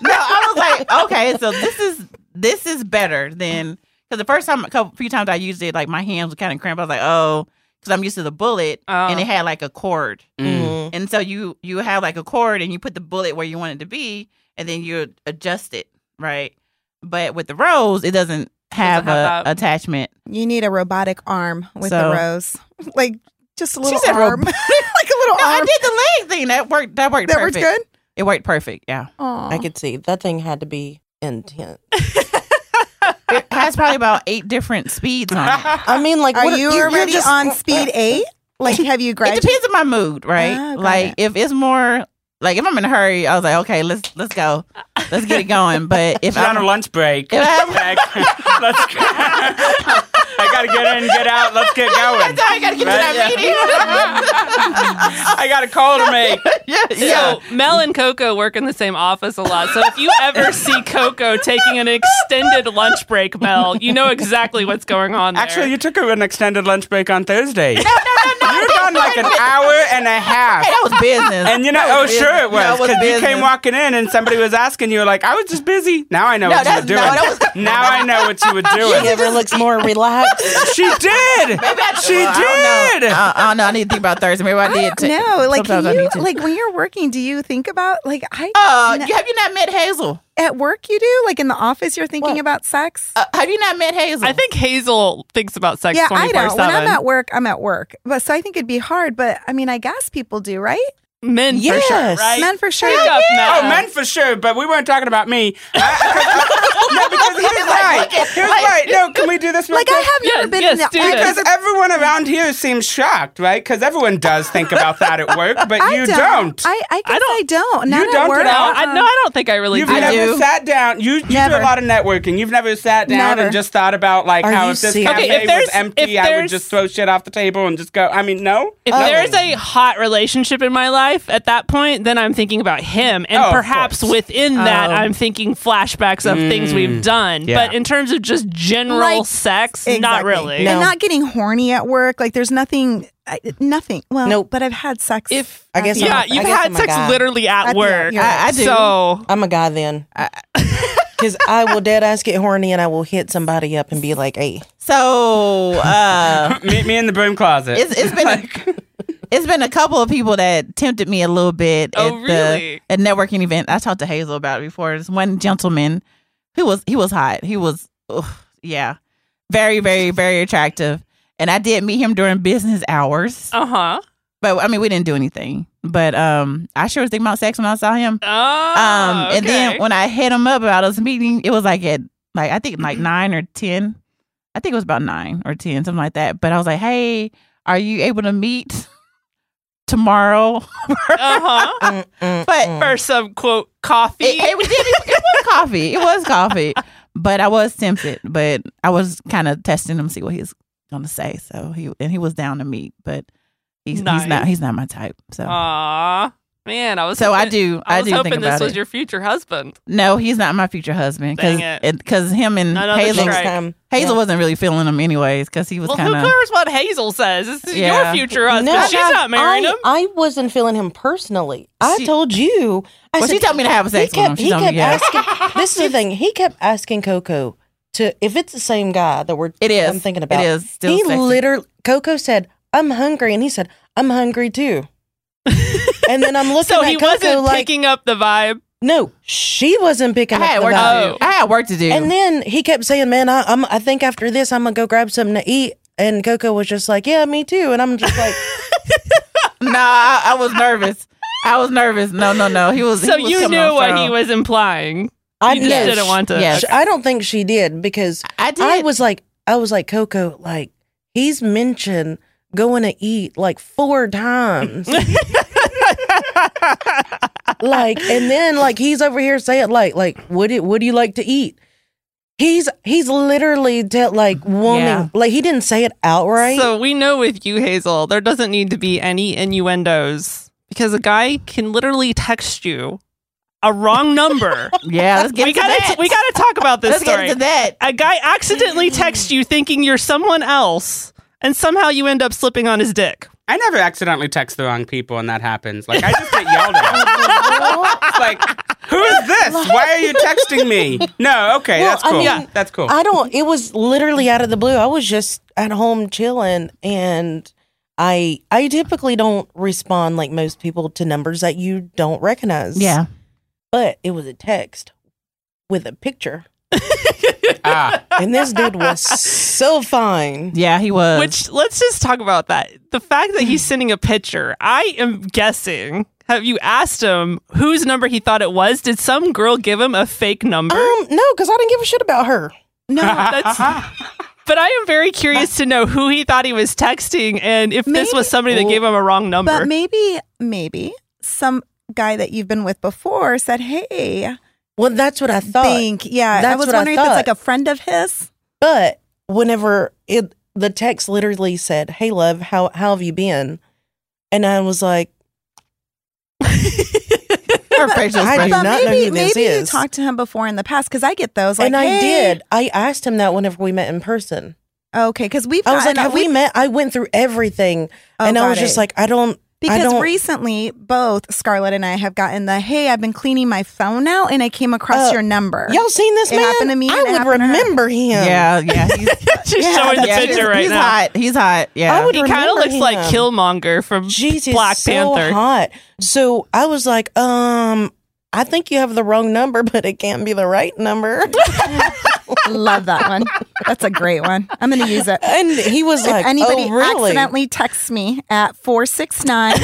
S3: no, I was like, okay, so this is this is better than because the first time, a couple few times I used it, like my hands were kind of cramped. I was like, oh, because I'm used to the bullet,
S2: Oh.
S3: and it had like a cord,
S6: Mm.
S3: and so you you have like a cord, and you put the bullet where you want it to be, and then you adjust it, right? But with the rose, it doesn't
S2: have
S3: have, a
S2: that.
S3: attachment.
S4: [laughs] You need a robotic arm with
S3: So-
S4: the rose. Like just a little
S3: said
S4: arm. [laughs]
S3: rob-
S4: like a little
S3: No, I
S4: arm.
S3: did the leg thing that worked. That worked.
S4: Oh, That works
S3: perfect.
S4: good. Oh,
S3: It worked perfect. Yeah,
S4: Aw.
S6: I could see that thing had to be intense.
S3: it has probably about eight different speeds on it.
S6: I mean, like,
S4: Are
S6: what,
S4: you
S6: you're
S4: already
S6: just-
S4: on speed eight? Like have you
S3: It
S4: graduated?
S3: depends on my mood, right?
S4: Ah, got
S3: like
S4: it.
S3: if it's more like if I'm in a hurry, I was like, okay, let's let's go, let's get it
S4: [laughs]
S3: going. But if
S5: She's on
S3: I'm
S5: her lunch break. [laughs]
S3: if I have,
S5: Like, let's go. I gotta get in, get out. Let's
S2: [laughs]
S5: get going.
S3: I gotta get to that
S5: I got a call to make.
S3: meeting. yeah, yeah.
S2: So Mel and Coco work in the same office a lot. So if you ever see Coco taking an extended lunch break, Mel, you know exactly what's going on. There.
S5: Actually, you took an extended lunch break on Thursday.
S3: No, no, no,
S5: You're done like like an hour and a half.
S3: that was business. [laughs]
S5: [laughs] And you know,
S3: That
S5: oh
S3: was business.
S5: sure it
S3: No,
S5: was because you came
S3: business.
S5: walking in and somebody was asking you like, I was just busy. Now I know
S3: No,
S5: what you were
S3: that's-
S5: doing.
S3: no, that was-
S5: [laughs] now I know what
S3: [laughs]
S5: you were
S6: She
S5: doing.
S6: ever looks more relaxed.
S5: she did. she
S3: Well, I don't
S5: did.
S3: know. Uh, I, I don't know. I need to think about Thursday. Maybe I, did. too.
S4: No, like
S3: Sometimes I
S4: you,
S3: need to.
S4: like when you're working, do you think about like I
S3: Uh,
S4: n-
S3: you- have you not met Hazel?
S4: at work you do like in the office you're thinking about sex?
S3: Uh, have you not met Hazel?
S2: I think Hazel thinks about sex
S4: yeah, I
S2: 24
S4: don't.
S2: 7.
S4: When I'm at work, I'm at work. But so I think it'd be hard. But I mean, I guess people do, right?
S2: Men for sure,
S6: Yes.
S2: right?
S4: Men for sure.
S2: Pick up
S5: Oh,
S2: men.
S5: men for sure, but we weren't talking about
S3: [laughs]
S5: me. I-
S3: Oh
S5: I- no, because here's why. Here's why. No, can we do this? real
S4: Like I
S5: quick?
S4: have never
S2: Yes,
S4: been
S2: yes,
S4: in
S2: do
S4: the
S2: this.
S5: Because everyone around here seems shocked, right? Because everyone does think about that at work, but
S4: I
S5: you
S4: don't.
S5: don't.
S4: I, I guess I
S2: don't-
S4: don't. Not
S5: don't at
S4: at work. Uh-uh.
S5: all?
S2: I, no, I don't think I really
S5: You've
S2: do.
S5: never
S3: do.
S5: sat down. You, you do a
S4: Never.
S5: lot of networking. You've never sat down
S4: Never.
S5: and just thought about like
S6: Are
S5: how
S6: you
S5: if this
S6: serious?
S5: cafe
S2: Okay, if
S5: was
S2: there's-
S5: empty,
S2: if
S5: I would
S2: there's- Uh,
S5: just throw shit off the table and just go. I mean, no.
S2: If there's a hot relationship in my life at that point, then I'm thinking about him. And
S5: Oh, of
S2: perhaps
S5: course. Oh. Mm.
S2: within that, I'm thinking flashbacks of things we've done.
S5: yeah.
S2: But in terms of just general
S4: Like-
S2: sex, not
S4: Exactly.
S2: really.
S4: And
S6: No.
S4: not getting horny at work. Like there's nothing, I, nothing. Well,
S6: Nope.
S4: But I've had sex.
S2: If
S6: I guess.
S2: yeah,
S6: I'm a, I
S2: you've
S6: guess
S2: had
S6: I'm a
S2: sex
S6: guy.
S2: literally at
S4: At the-
S2: work.
S4: you're right.
S3: I do.
S2: So
S6: I'm a guy then.
S3: [laughs]
S6: Because I will dead ass get horny and I will hit somebody up and be like, hey.
S3: so. Uh,
S5: Meet me in the broom closet.
S3: it's, it's
S5: [laughs]
S3: been a, it's been a couple of people that tempted me a little bit
S2: Oh,
S3: at
S2: really?
S3: the at networking event. I talked to Hazel about it before. This one gentleman who was he was hot. He was ugh, yeah, very very very attractive. And I did meet him during business hours,
S2: uh huh.
S3: but I mean we didn't do anything. But um, I sure was thinking about sex when I saw him.
S2: Oh,
S3: Um, and then
S2: okay.
S3: when I hit him up about us meeting, it was like at like I
S2: [clears throat]
S3: think like nine or ten. I think it was about nine or ten, something like that. But I was like, "Hey, are you able to meet [laughs]
S2: [laughs] [laughs]
S3: tomorrow?"
S2: uh-huh.
S6: mm, mm,
S3: Uh, But
S6: mm.
S2: for some quote coffee.
S3: it, it, was- it was coffee. It was coffee. But I was tempted. But I was kind of testing him, see what he's gonna say. So he and he was down to meet, but he's,
S2: Nice.
S3: he's not he's not my type. So
S2: Aw, man, I was
S3: so I
S2: hoping-
S3: do I,
S2: I was
S3: do
S2: hoping
S3: think
S2: this
S3: about
S2: was
S3: it.
S2: your future husband.
S3: no, he's not my future husband because
S2: Dang it.
S3: because him and
S2: Another
S3: Hazel
S2: strike.
S6: Next time.
S3: Hazel wasn't really feeling him anyways because he was
S2: Well,
S3: kind
S2: who
S3: of.
S2: cares what Hazel says? This is your
S3: Yeah.
S2: future husband. She's not marrying
S6: I,
S2: him.
S6: I wasn't feeling him personally. I
S3: She-
S6: told you. I
S3: Well, she told me to have sex
S6: he
S3: with
S6: kept,
S3: him. She
S6: he
S3: told me,
S6: kept
S3: yeah.
S6: asking. This
S3: [laughs]
S6: is the thing. He kept asking Coco to if it's the same guy that we're.
S3: It is.
S6: I'm thinking about.
S3: It is still
S6: he
S3: sexy.
S6: literally. Coco said, "I'm hungry," and he said, "I'm
S2: [laughs]
S6: hungry too." and then I'm looking
S2: So
S6: at
S2: he
S6: Coco
S2: wasn't
S6: like,
S2: picking up the vibe.
S6: no, she wasn't
S3: I
S6: picking
S3: had
S6: up the
S3: work
S6: vibe.
S3: to do. I had work to do.
S6: And then he kept saying, "Man, I, I'm. I think after this, I'm gonna go grab something to eat." And Coco was just like, "Yeah, me too." And I'm just like,
S3: [laughs]
S2: [laughs]
S3: nah, I, I was nervous. I was nervous. No, no, no. He was.
S2: So
S3: he was
S2: you
S3: coming
S2: knew
S3: on
S2: what
S3: strong.
S2: he was implying.
S6: "I
S2: You just
S6: know
S2: didn't want to.
S3: yes.
S6: Sh- I don't think she did because
S3: I did.
S6: I was like, I was like, Coco, like he's mentioned going to eat like four times. like, and then like he's over here saying like, like, what do, what do you like to eat? He's he's literally te- like wanting
S3: Yeah.
S6: like he didn't say it outright.
S2: So we know with you, Hazel, there doesn't need to be any innuendos because a guy can literally text you a wrong number.
S3: Yeah.
S2: [laughs]
S3: [laughs] Let's get
S2: we
S3: into
S2: gotta
S3: that.
S2: we gotta talk about this
S3: Let's
S2: story.
S3: get into that.
S2: a guy accidentally texts you thinking you're someone else, and somehow you end up slipping on his dick.
S5: I never accidentally text the wrong people, and that happens. Like I just get yelled at. It's like, who is this? Why are you texting me? No, okay,
S6: Well,
S5: that's
S6: I
S5: cool.
S6: mean,
S5: that's cool.
S6: I don't. It was literally out of the blue. I was just at home chilling, and I I typically don't respond like most people to numbers that you don't recognize.
S3: Yeah.
S6: but it was a text with a picture. [laughs]
S5: ah,
S6: And this dude
S4: [laughs]
S6: was so fine.
S3: Yeah. He was.
S2: Which let's just talk about that. The fact that he's sending a picture, I am guessing. Have you asked him whose number he thought it was? Did some girl give him a fake number?
S6: Um, no, because I didn't give a shit about her.
S2: No, that's. But I am very curious to know who he thought he was texting and if this was
S4: Maybe-
S2: somebody that gave him a wrong number. [laughs]
S4: but maybe, maybe some guy that you've been with before said, "Hey,
S6: Well, that's what I thought.
S4: think." Yeah, I
S6: That's
S4: was
S6: what I
S4: wondering if it's
S6: thought.
S4: like a friend of his.
S6: But whenever it the text literally said, "Hey, love, how how have you been?" and I was like,
S3: her facial
S6: I
S3: expression.
S6: do not know
S4: maybe,
S6: who this
S4: maybe you
S6: is.
S4: talked to him before in the past because I get those. Like,
S6: and I
S4: "Hey."
S6: did. I asked him that whenever we met in person.
S4: Okay, because we've
S6: I was like,
S4: gotten-
S6: have we met? I went through everything,
S4: Oh,
S6: and I
S4: got
S6: was just
S4: it.
S6: like, I don't. I
S4: Because
S6: don't,
S4: recently, both Scarlett and I have gotten the hey, I've been cleaning my phone out and I came across
S6: Uh,
S4: your number.
S6: y'all seen this
S4: It
S6: man?
S4: happened to me and
S6: I
S4: it
S6: would
S4: happened to her.
S6: remember him.
S3: Yeah, yeah. He's,
S2: She's showing the
S6: that's-
S2: picture
S3: he's,
S2: right
S3: he's
S2: now.
S3: hot. He's hot. Yeah.
S6: I would
S2: He kind
S6: remember
S2: of looks
S6: him.
S2: like Killmonger from
S6: Jeez, he's
S2: Black
S6: so
S2: Panther.
S6: hot. So I was like, um, I think you have the wrong number, [laughs] but it can't be the right number. [laughs]
S4: [laughs] Love that one. That's a great one. I'm going to use
S6: [laughs]
S4: it.
S6: and he was
S4: If
S6: like,
S4: anybody
S6: oh, really? [laughs]
S4: accidentally texts me at 469 [laughs]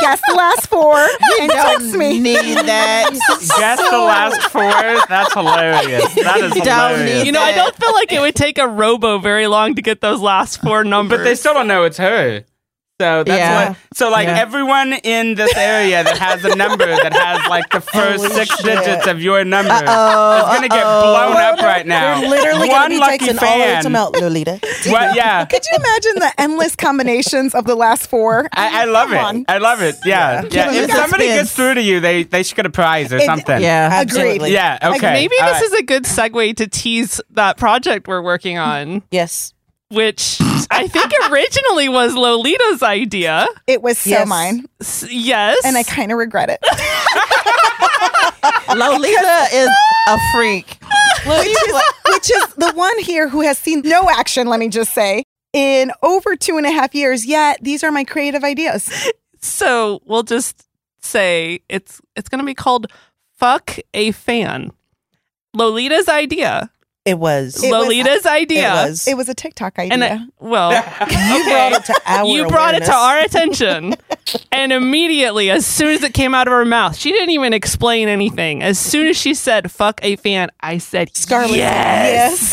S4: guess the last four, and text me. [laughs]
S3: need that.
S5: Guess the last four. That's hilarious. That is
S3: Don't
S5: hilarious.
S3: need-
S2: You know, I don't feel like it would take a robo very long to get those last four numbers.
S5: But they still don't know it's her. So that's
S3: Yeah.
S5: what. So like
S3: Yeah.
S5: everyone in this area that has a number that has like the first
S6: Holy
S5: six
S6: shit.
S5: digits of your number
S3: Uh-oh,
S5: is gonna get blown up right now.
S6: They're literally
S5: one
S6: gonna be
S5: lucky
S6: texting all of
S5: fan.
S6: them
S4: [laughs]
S6: out, Lolita.
S5: Well, yeah.
S4: Could you imagine the endless combinations of the last [laughs] four?
S5: I, I love
S4: Come on.
S5: it. I love it. Yeah. Yeah.
S3: Killing
S5: If
S3: the
S5: somebody
S3: suspense.
S5: gets through to you, they they should get a prize or something.
S3: Yeah.
S6: Absolutely.
S5: Yeah. Okay.
S2: Like, maybe
S5: All
S2: this
S5: right.
S2: is a good segue to tease that project we're working on,
S6: Yes.
S2: which I think originally was Lolita's idea.
S4: It was so
S6: Yes.
S4: mine,
S2: S- Yes.
S4: and I kind of regret [laughs] it.
S6: [laughs]
S3: Lolita is a freak.
S4: which, is, [laughs] which is the one here who has seen no action, let me just say, in over two and a half years. Yet these are my creative ideas.
S2: so we'll just say it's it's going to be called "Fuck a Fan." Lolita's idea.
S6: It was.
S4: It was-
S2: Lolita's idea.
S6: It was.
S4: It was a TikTok idea.
S2: And I- well,
S6: [laughs] you brought it to our
S2: you brought it to
S6: awareness.
S2: our attention. and immediately, as soon as it came out of her mouth, she didn't even explain anything. As soon as she said, fuck a fan, I said,
S6: Scarlet.
S2: yes.
S6: Yes.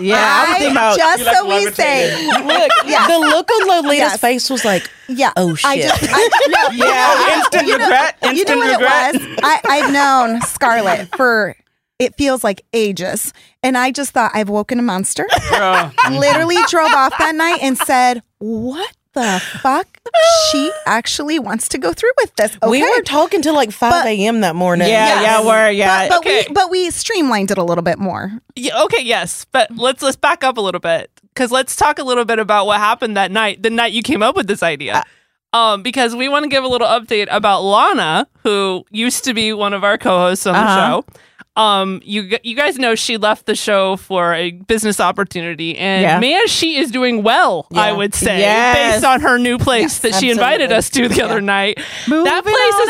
S3: Yeah, I would think about
S4: just
S5: You like
S4: so we
S5: levitated.
S4: say,
S6: Look,
S4: Yeah.
S6: [laughs] the look on Lolita's
S4: Yes.
S6: face was like,
S4: yeah.
S6: oh
S4: I
S6: shit.
S4: just, [laughs] I, no,
S5: Yeah, instant regret.
S4: you
S5: Instant
S4: know what [laughs]
S5: regret.
S4: it was? I, I've known Scarlett for it feels like ages, and I just thought I've woken a monster.
S5: Girl.
S4: Literally drove off that night and said, "What the fuck? She actually wants to go through with this." Okay.
S6: We were talking till like 5
S4: But-
S6: a.m. that
S3: Yeah,
S6: morning.
S3: yeah, we're yeah.
S4: but, but
S2: Okay.
S4: we but we streamlined it a little bit more.
S2: Yeah, okay, yes, but let's let's back up a little bit because let's talk a little bit about what happened that night, the night you came up with this idea. um, because we want to give a little update about Lana, who used to be one of our co-hosts on
S3: Uh-huh.
S2: the show. Um, you g- you guys know she left the show for a business opportunity, and
S3: Yeah.
S2: man, she is doing well. I
S6: Yeah.
S2: would say,
S3: Yes.
S2: based on her new place that she invited
S6: absolutely.
S2: us to the other night.
S3: Moving
S2: that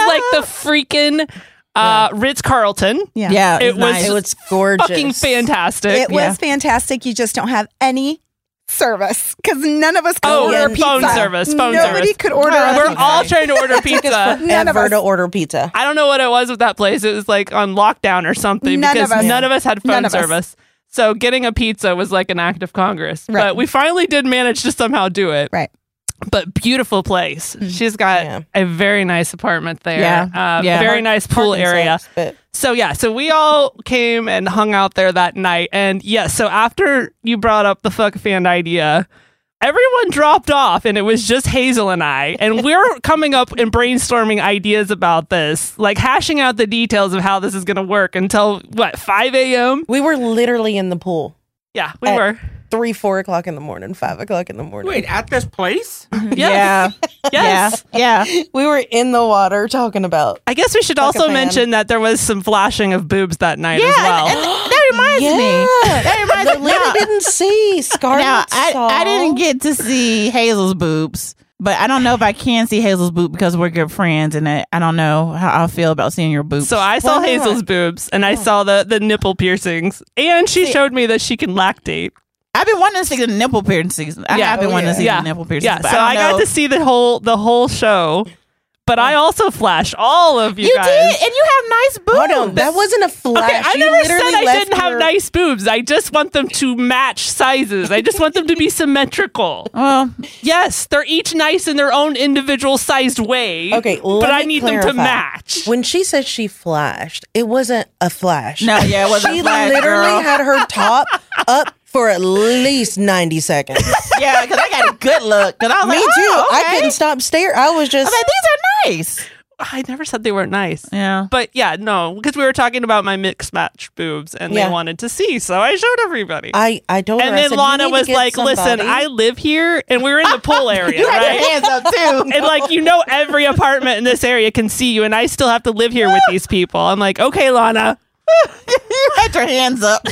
S2: place is like the freaking uh, Ritz Carlton.
S4: Yeah.
S3: yeah,
S2: It was-
S6: It was gorgeous.
S2: Fucking fantastic.
S4: It
S3: Yeah.
S4: was fantastic. You just don't have any service because none of us could
S2: Oh,
S4: order
S6: yeah,
S4: pizza.
S2: phone service, phone
S4: Nobody
S2: service.
S4: could order.
S3: Oh,
S4: a
S3: that's
S2: We're
S4: pizza.
S2: all trying to
S4: [laughs]
S2: order pizza.
S4: None of
S6: Ever
S4: us.
S6: to order pizza.
S2: I don't know what it was with that place. It was like on lockdown or something
S4: None
S2: because
S4: of us-
S2: none of us had phone
S4: None of us.
S2: service. So getting a pizza was like an act of Congress.
S4: Right.
S2: But we finally did manage to somehow do it.
S4: Right. Mm.
S2: But beautiful place. She's got
S6: Yeah.
S2: a very nice apartment there.
S3: Yeah.
S2: Uh,
S3: Yeah.
S2: Very nice pool
S6: Parking
S2: area.
S6: sucks, but
S2: So yeah, so we all came and hung out there that night, and yes, so after you brought up the fuck fan idea, everyone dropped off, and it was just Hazel and I,
S6: [laughs]
S2: and we're coming up and brainstorming ideas about this, like hashing out the details of how this is gonna work until what five a.m.
S6: we were literally in the pool.
S2: Yeah, we
S6: Uh, [laughs]
S2: were.
S6: Three, four o'clock in the morning, five o'clock in the morning.
S5: Wait, at this place?
S2: Yes.
S3: yeah,
S2: Yes.
S3: yeah, yeah.
S6: We were in the water talking about.
S2: I guess we should
S6: Fuck a
S2: also
S6: fan.
S2: mention that there was some flashing of boobs that night as well.
S3: that reminds [gasps] me. That reminds me.
S6: Lily didn't see Scarlet.
S3: Now, I,
S6: saw.
S3: I didn't get to see Hazel's boobs, but I don't know if I can see Hazel's boob because we're good friends, and I, I don't know how I feel about seeing your boobs.
S2: So I saw
S6: Why not?
S2: Hazel's boobs and I
S3: Oh.
S2: saw the, the nipple piercings, and she showed me that she can lactate.
S3: I've been wanting to see the nipple piercings. I
S2: Yeah.
S3: have been
S6: Oh,
S3: wanting to
S6: yeah.
S3: see
S2: Yeah.
S3: the nipple piercings.
S2: Yeah,
S3: but
S2: so
S3: I,
S2: I,
S3: don't know.
S2: got to see the whole the whole show, but I also flashed all of you,
S3: You
S2: guys.
S3: did, and you have nice boobs.
S6: Hold on, that wasn't a flash.
S2: Okay, I
S6: You
S2: never said
S6: literally
S2: I
S6: left
S2: didn't have
S6: your-
S2: nice boobs. I just want them to match sizes. I just want them to
S3: [laughs]
S2: be symmetrical.
S3: Well,
S2: Yes, they're each nice in their own individual sized way.
S6: Okay,
S2: but
S6: let
S2: I
S6: me
S2: need them to
S6: clarify.
S2: match.
S6: When she said she flashed, it wasn't a flash.
S3: no, yeah, it wasn't.
S6: she
S3: flash,
S6: literally
S3: girl.
S6: had her top up for at least 90 seconds.
S3: [laughs] yeah, because I got a good look. Because I was
S6: Me
S3: like,
S6: too.
S3: oh,
S6: I
S3: okay.
S6: couldn't stop staring. I was
S3: I
S6: just
S3: was like, these are nice.
S2: I never said they weren't nice.
S3: Yeah.
S2: But yeah, no, because we were talking about my mixed match boobs and
S6: Yeah.
S2: they wanted to see, so I showed everybody.
S6: I I told her.
S2: and
S6: I
S2: then
S6: said, "You
S2: Lana
S6: need to
S2: was
S6: get
S2: like, "Listen,
S6: somebody."
S2: I [laughs] live here, and we're in the
S6: [laughs]
S2: pool area, right?
S3: hands up too.
S2: And like you know, every apartment in this area can see you, and I still have to live here with these people." I'm like, "Okay, Lana."
S3: you had your hands up.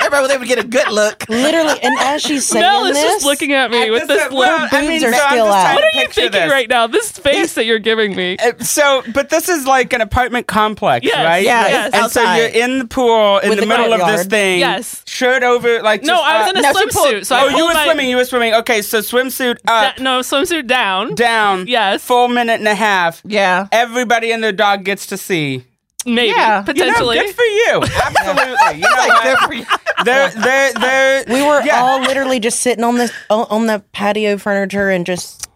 S3: Everybody was able to get a good look.
S6: literally, and as she's saying
S2: Mel is
S6: this,
S2: just looking at me with this look. [laughs]
S5: well,
S6: boobs are
S5: I'm
S6: still
S5: just
S6: out.
S5: trying to
S6: What
S2: What are you
S5: picture
S2: thinking
S5: this.
S2: right now? This face that you're giving me.
S5: Uh, So, but this is like an apartment complex,
S2: Yes,
S5: right?
S2: yes, yes.
S5: And so
S3: Outside.
S5: you're in the pool in
S6: With
S5: the
S6: the
S5: middle of this
S6: courtyard.
S5: thing.
S2: Yes.
S5: Shirt over, like
S2: No,
S5: just
S2: I was
S5: up.
S2: in a swimsuit, so I
S5: oh, you
S2: pulled
S5: were
S2: my-
S5: swimming. You were swimming. Okay, so swimsuit up,
S2: Da- no, swimsuit down.
S5: down.
S2: Yes.
S5: Full minute and a half.
S3: Yeah.
S5: Everybody and their dog gets to see.
S2: Maybe.
S3: Yeah.
S5: You know,
S2: Potentially.
S5: good
S2: [laughs]
S5: for you. Absolutely. You know what? They're they're they're.
S6: we were
S5: yeah.
S6: all literally just sitting on this on on the patio furniture and just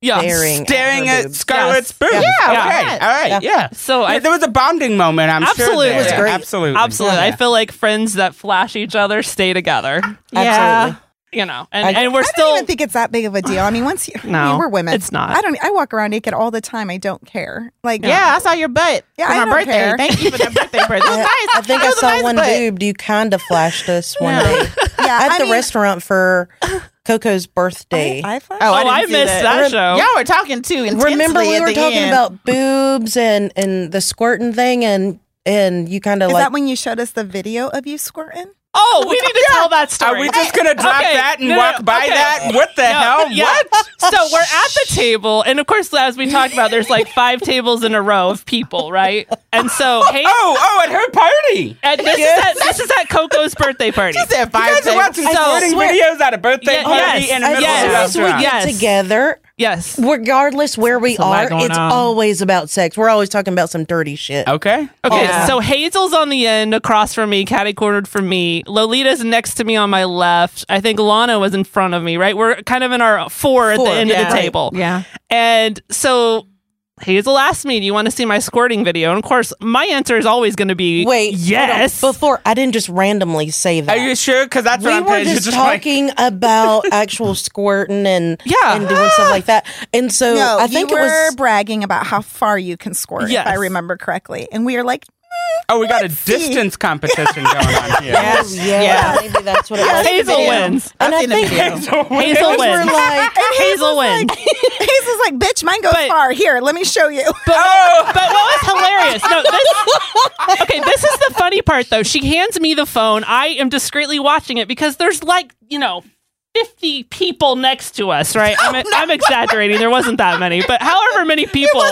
S2: yeah.
S6: staring,
S5: staring
S6: at, her
S5: at
S6: boobs.
S5: Scarlett's boobs. Yeah, okay, all right, yeah.
S2: So I
S5: Yeah, there was a bonding moment. I'm
S2: Absolutely.
S5: sure
S2: It was
S5: there.
S6: great.
S5: Absolutely,
S2: absolutely. I
S5: Yeah.
S2: feel like friends that flash each other stay together.
S3: Yeah.
S6: Absolutely.
S2: You know, and,
S6: I-
S2: and we're
S4: I don't
S2: still.
S4: even think it's that big of a deal. I mean, once you, I mean,
S2: No,
S4: we're women.
S2: it's not.
S4: I don't. I walk around naked all the time. I don't care. Like,
S3: Yeah, I saw your butt
S4: Yeah,
S3: for
S4: I
S3: my
S4: don't
S3: birthday.
S4: care.
S3: Thank you for that birthday present. That was
S6: I,
S3: nice.
S6: I think
S3: That
S6: I
S3: was a
S6: saw
S3: nice
S6: one
S3: butt.
S6: boob you kind of flashed us one
S3: Yeah.
S6: day
S4: [laughs] yeah.
S6: at
S4: I
S6: the
S4: mean,
S6: restaurant for Coco's birthday.
S4: I, I flash.
S3: Oh,
S2: Oh,
S3: I didn't
S2: I,
S3: see
S2: missed
S3: that.
S2: that,
S3: Rem-
S2: show.
S3: Y'all were talking too intensely.
S6: Remember we
S3: at
S6: were
S3: the
S6: talking
S3: end.
S6: about boobs and and the squirting thing and and you kind of
S4: Is
S6: like
S4: that when you showed us the video of you squirting?
S2: Oh, we need to tell that story.
S5: Are we just gonna drop
S2: Okay,
S5: that and
S2: no, no,
S5: walk by
S2: okay.
S5: that? What the hell?
S2: Yeah.
S5: What?
S2: So we're at the table, and of course, as we talked about, there's like five tables in a row of people, right? And so, hey,
S5: Oh, oh, at her party.
S2: and this, is at, this is at Coco's birthday party.
S3: She said
S5: You
S3: five
S5: guys are
S3: things.
S5: watching
S2: So-
S5: sporting videos at a birthday
S2: Yeah,
S5: party
S2: yes,
S5: in the
S6: as
S5: middle
S2: yes.
S5: of
S6: soon
S5: the
S6: as
S5: restaurant.
S6: we get
S2: Yes.
S6: together,
S2: yes.
S6: regardless where we
S3: a lot
S6: are,
S3: going
S6: it's
S3: on.
S6: always about sex. We're always talking about some dirty shit.
S5: Okay.
S2: Okay,
S3: Yeah.
S2: so Hazel's on the end, across from me, catty cornered from me. Lolita's next to me on my left. I think Lana was in front of me, right? We're kind of in our four at the
S6: Four,
S2: end of
S3: yeah.
S2: the table.
S3: Yeah.
S2: And so Hazel asked me, Do you want to see my squirting video? And of course, my answer is always going to be
S6: Wait, hold on.
S2: yes.
S6: Before I didn't just randomly say that.
S5: Are you sure? Because that's what
S6: we
S5: I'm
S6: were
S5: paying
S6: just,
S5: attention to, like-
S6: talking
S5: [laughs]
S6: about actual squirting and
S2: Yeah.
S6: and doing stuff like that. And so
S4: No,
S6: I think
S4: you
S6: it
S4: were
S6: was
S4: bragging about how far you can squirt,
S2: Yes.
S4: if I remember correctly, and we
S2: [laughs]
S4: are like,
S5: Oh, we got a distance competition going on here.
S6: [laughs] Oh, yeah,
S3: Yeah.
S6: maybe that's what it was.
S2: Hazel wins.
S3: I've
S6: And I
S3: seen the
S6: think
S3: video.
S5: [laughs] Oh,
S2: Hazel
S6: we were
S2: wins.
S6: like,
S2: Hazel wins.
S4: He's just like, bitch, mine goes
S2: But-
S4: far. Here, let me show you. [laughs]
S2: But, but what was hilarious? No,
S6: [laughs]
S2: this, okay, this is the funny part though. She hands me the phone. I am discreetly watching it because there's like, you know, 50 people next to us, right?
S6: Oh,
S2: I'm, I'm exaggerating. There wasn't that many, but however many people,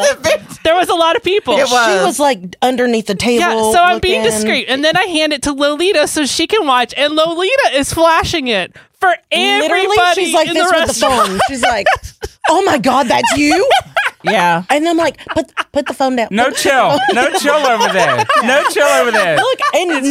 S2: there was a lot of people.
S3: It was.
S6: she was like underneath the table.
S2: Yeah, so I'm being
S6: looking.
S2: discreet. And then I hand it to Lolita so she can watch. And Lolita is flashing it for everybody
S6: Literally, she's like
S2: in
S6: this
S2: the
S6: with the
S2: restaurant.
S6: phone. She's like, "Oh my god, that's you!"
S3: Yeah.
S6: And I'm like, "Put put the phone down."
S5: No chill. No chill over there. No chill over there.
S6: Look, and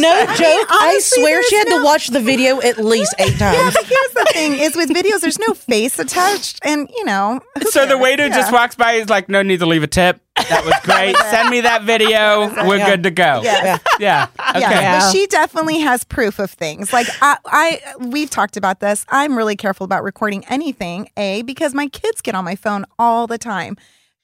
S2: [laughs]
S6: no joke, I
S4: honestly,
S6: swear
S4: there's
S6: she had
S4: no-
S6: to watch the video at least
S2: [laughs]
S6: eight
S4: Yeah,
S6: times.
S4: but here's the thing: is with videos, there's no face attached, and you know. who
S5: So the
S4: cares?
S5: waiter
S4: Yeah.
S5: just walks by. He's like, "No need to leave a tip. That was great. Send me that video. We're
S6: Yeah.
S5: good to go."
S4: Yeah.
S5: Yeah. Okay.
S4: Yeah,
S3: Yeah.
S4: but she definitely has proof of things. Like I, I, we've talked about this. I'm really careful about recording anything. A because my kids get on my phone all the time.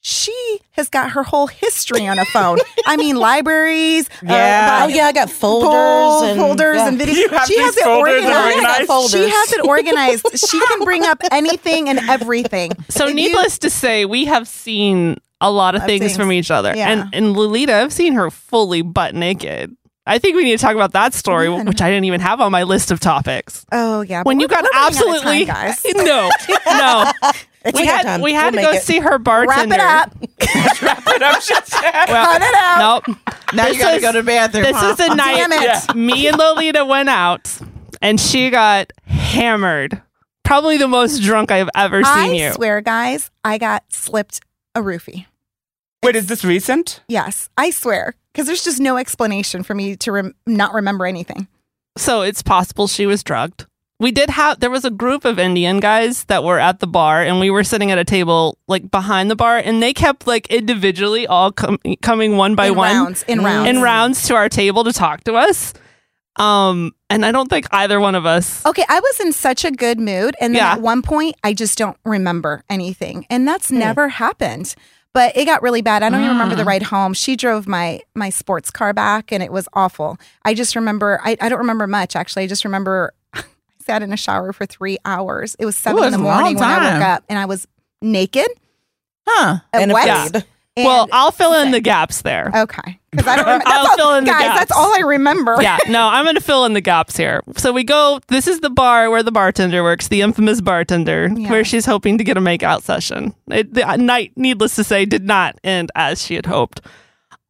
S4: She has got her whole history on a phone. I mean, libraries. uh,
S3: Yeah.
S6: Oh yeah, I got folders
S4: folders
S6: and
S4: and, folders
S6: yeah.
S4: and videos.
S5: You have
S4: she
S5: these
S4: has it
S5: folders
S4: organized.
S5: organized?
S6: Folders.
S4: She has it organized. she can bring up anything and everything.
S2: [laughs] So,
S4: If you-
S2: needless to say, we have seen a lot of
S4: Of
S2: things,
S4: things.
S2: from each other.
S4: Yeah.
S2: And, and Lolita, I've seen her fully butt naked. I think we need to talk about that story,
S4: Man.
S2: which I didn't even have on my list of
S6: [laughs]
S2: topics.
S4: oh yeah. but
S2: When you
S4: we're-
S2: got
S4: we're running out of
S2: absolutely
S4: time, guys.
S2: no, no, we
S6: got
S2: had
S6: time.
S2: we had
S6: We'll
S2: to go
S6: make it.
S2: see her
S4: Wrap
S2: bartender.
S4: it up. Cut it out.
S2: Nope.
S3: [laughs] Now
S2: This
S3: you gotta
S2: is-
S3: go to the bathroom.
S2: This
S3: huh? Oh,
S2: is a night.
S4: Damn it.
S2: Me and Lolita went out, and she got hammered. Probably the most drunk I've ever seen
S4: I
S2: you.
S4: swear, guys, I got slipped a roofie.
S5: Wait, is this recent?
S4: Yes, I swear, because there's just no explanation for me to rem- not remember anything.
S2: So it's possible she was drugged. We did have there was a group of Indian guys that were at the bar and we were sitting at a table like behind the bar and they kept like individually all com- coming one by
S4: in
S2: one Mm.
S4: rounds, in rounds,
S2: in rounds to our table to talk to us. Um and I don't think either one of us
S3: Oh,
S4: Okay, I was in such a good mood, and then
S2: Yeah.
S4: at one point, I just don't remember anything, and that's never happened. But it got really bad. I don't even remember the
S2: Hmm. Mm.
S4: ride home. She drove my my sports car back, and it was awful. I just remember. I, I don't remember much actually. I just remember [laughs] I sat in a shower for three hours. It was seven in
S3: that's a
S4: the
S3: long
S4: morning when I woke
S3: time.
S4: up, and I was naked
S3: Huh.
S4: and,
S6: and
S4: wet.
S6: afraid.
S4: and-
S2: well, I'll fill in the gaps there.
S4: okay,
S2: [laughs]
S4: because I don't. Remember,
S2: I'll
S4: that's all,
S2: fill in the
S4: guys,
S2: gaps.
S4: that's all I remember.
S2: yeah,
S4: [laughs]
S2: no, I'm going to fill in the gaps here. So we go, this is the bar where the bartender works, the infamous bartender,
S4: Yeah.
S2: where she's hoping to get a makeout session. It, the uh, night, needless to say, did not end as she had hoped.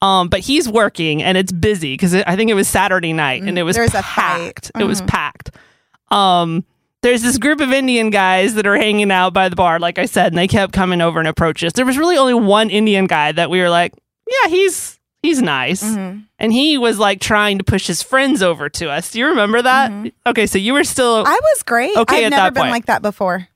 S2: Um, but he's working and it's busy because I think it was Saturday night and it was
S4: Mm, There's a fight. Mm-hmm.
S2: packed. It was packed. Um, there's this group of Indian guys that are hanging out by the bar, like I said, and they kept coming over and approaching us. There was really only one Indian guy that we were like, yeah, he's he's nice
S4: Mhm.
S2: and he was like trying to push his friends over to us. Do you remember that? Okay, so you were still
S4: I was great.
S2: Okay,
S4: I've
S2: at
S4: never
S2: that
S4: been
S2: point.
S4: like that before.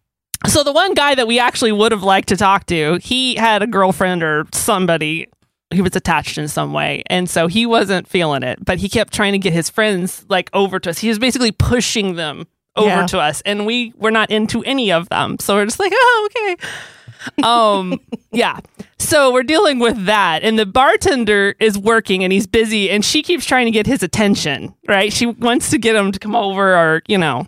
S2: so the one guy that we actually would have liked to talk to, he had a girlfriend or somebody he was attached in some way, and so he wasn't feeling it. But he kept trying to get his friends like over to us. He was basically pushing them over
S3: Yeah.
S2: to us, and we were not into any of them. So we're just like, oh, okay. um [laughs] yeah so we're dealing with that and the bartender is working and he's busy and she keeps trying to get his attention right she wants to get him to come over or you know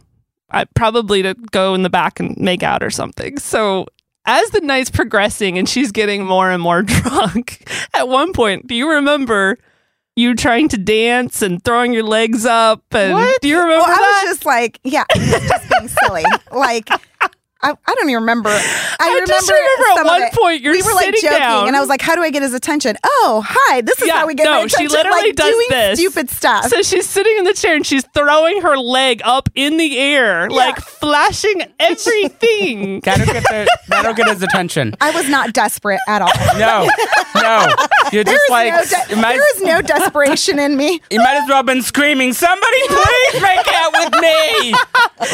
S2: I, probably to go in the back and make out or something so as the night's progressing and she's getting more and more [laughs] drunk at one point do you remember you trying to dance and throwing your legs up and do you remember
S4: Well, Oh, I
S2: that?
S4: was just like, yeah, it's just being silly. Like, I, I don't even remember. I,
S2: I
S4: remember,
S2: just remember at
S4: some of
S2: one
S4: it.
S2: point you're
S4: we were like
S2: sitting
S4: joking,
S2: down.
S4: and I was like, "How do I get his attention?" Oh, hi! This is
S2: Yeah,
S4: how we get
S2: no,
S4: my
S2: she
S4: attention.
S2: literally
S4: like,
S2: does
S4: doing
S2: this.
S4: stupid stuff.
S2: [laughs] So she's sitting in the chair and she's throwing her leg up in the air, like flashing
S5: [laughs]
S2: everything.
S5: That'll get, the, that'll get his attention.
S4: [laughs] I was not desperate
S2: [laughs]
S4: at all.
S5: No, no. You're
S4: There
S5: just
S4: is
S5: like,
S4: no de-
S5: you, might,
S4: there is no desperation in me.
S5: you might as well have been screaming, somebody please make out
S4: [laughs]
S5: with me.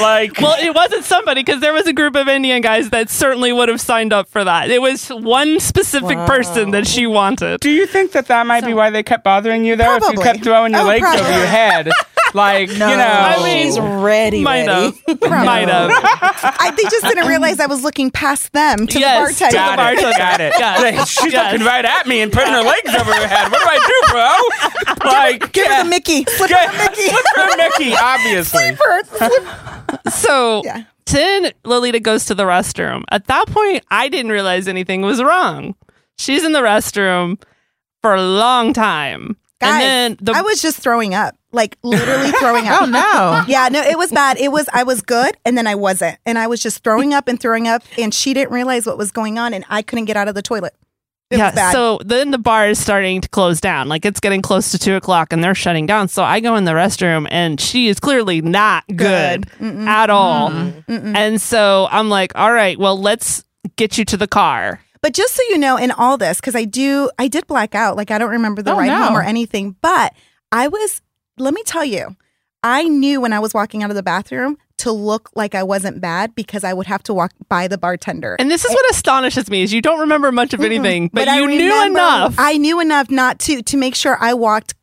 S5: Like,
S2: well, it wasn't somebody because there was a group of Indian guys that certainly would have signed up for that. It was one specific person that she wanted.
S5: do you think that that might be why they kept bothering you, though? If you
S4: Probably.
S5: kept throwing your
S4: Oh,
S5: legs over
S4: probably.
S5: your head. Like, you know.
S2: I mean,
S6: she's ready,
S2: Might
S6: ready.
S2: have. Might
S5: [laughs]
S2: have.
S4: I they just didn't realize I was looking past them to
S2: Yes,
S4: the bartender.
S2: to the
S5: Got it.
S2: bartender.
S4: [laughs]
S5: Got it.
S2: Yes,
S5: Like, she's
S2: yes.
S5: looking right at me and putting her legs over her head. What do I do, bro?
S4: [laughs]
S5: Like,
S4: Give
S5: yeah.
S4: her the Mickey. Flip
S5: Good.
S4: her the [laughs] Mickey.
S5: [laughs] Flip her Mickey, obviously.
S4: Flip her. Flip-
S2: So
S4: Yeah.
S2: then Lolita goes to the restroom. At that point, I didn't realize anything was wrong. She's in the restroom for a long time.
S4: Guys,
S2: and then the
S4: I was just throwing up, like
S2: [laughs]
S4: literally throwing up.
S3: Oh no.
S4: Yeah, no, it was bad. It was I was good and then I wasn't. And I was just throwing up and throwing up and she didn't realize what was going on and I couldn't get out of the toilet. It was bad.
S2: So then the bar is starting to close down. Like it's getting close to two o'clock and they're shutting down. So I go in the restroom and she is clearly not good, at all. And so I'm like, all right, well, let's get you to the car.
S4: But just so you know, in all this, because I do I did black out, like I don't remember the
S3: Oh,
S4: ride
S3: no.
S4: home or anything, but I was let me tell you, I knew when I was walking out of the bathroom to look like I wasn't bad because I would have to walk by the bartender.
S2: And this is what astonishes me is you don't remember much of anything, but,
S4: I
S2: you knew
S4: remember-
S2: enough
S4: I knew enough not to to make sure I walked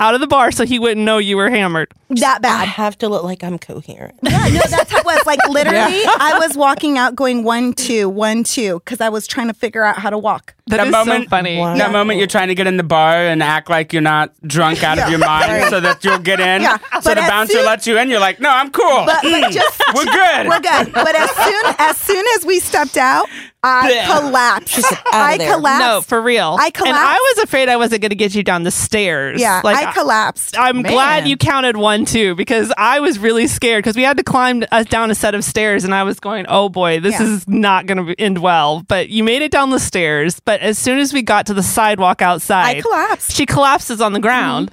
S2: out of the bar so he wouldn't know you were hammered.
S4: that
S6: I
S4: bad.
S6: have to look like I'm coherent.
S4: [laughs] Yeah, no, that's how it was.
S2: [laughs]
S4: Like literally, I was walking out going one, two, one, two, because I was trying to figure out how to walk.
S2: That
S5: The
S2: is so
S5: moment-
S2: funny.
S6: Wow.
S5: That moment you're trying to get in the bar and act like you're not drunk out
S4: [laughs]
S5: of your mind so that you'll get in.
S4: Yeah.
S5: So
S4: But
S5: the
S4: as
S5: bouncer
S4: soon-
S5: lets you in, you're like, no, I'm cool.
S4: But,
S2: Mm.
S4: but just
S5: [laughs] We're good.
S4: we're good. But as soon as soon as we stepped out, I collapsed. I
S6: there."
S4: collapsed.
S2: No, for real.
S4: I
S2: And
S4: collapsed.
S2: I was afraid I wasn't going to get you down the stairs.
S4: yeah,
S2: Like,
S4: I collapsed.
S2: I'm glad
S3: Man.
S2: you counted one too because I was really scared because we had to climb uh, down a set of stairs and I was going, oh boy, this
S4: Yeah.
S2: is not going to end well. But you made it down the stairs. But as soon as we got to the sidewalk outside,
S4: I collapsed.
S2: she collapses on the ground.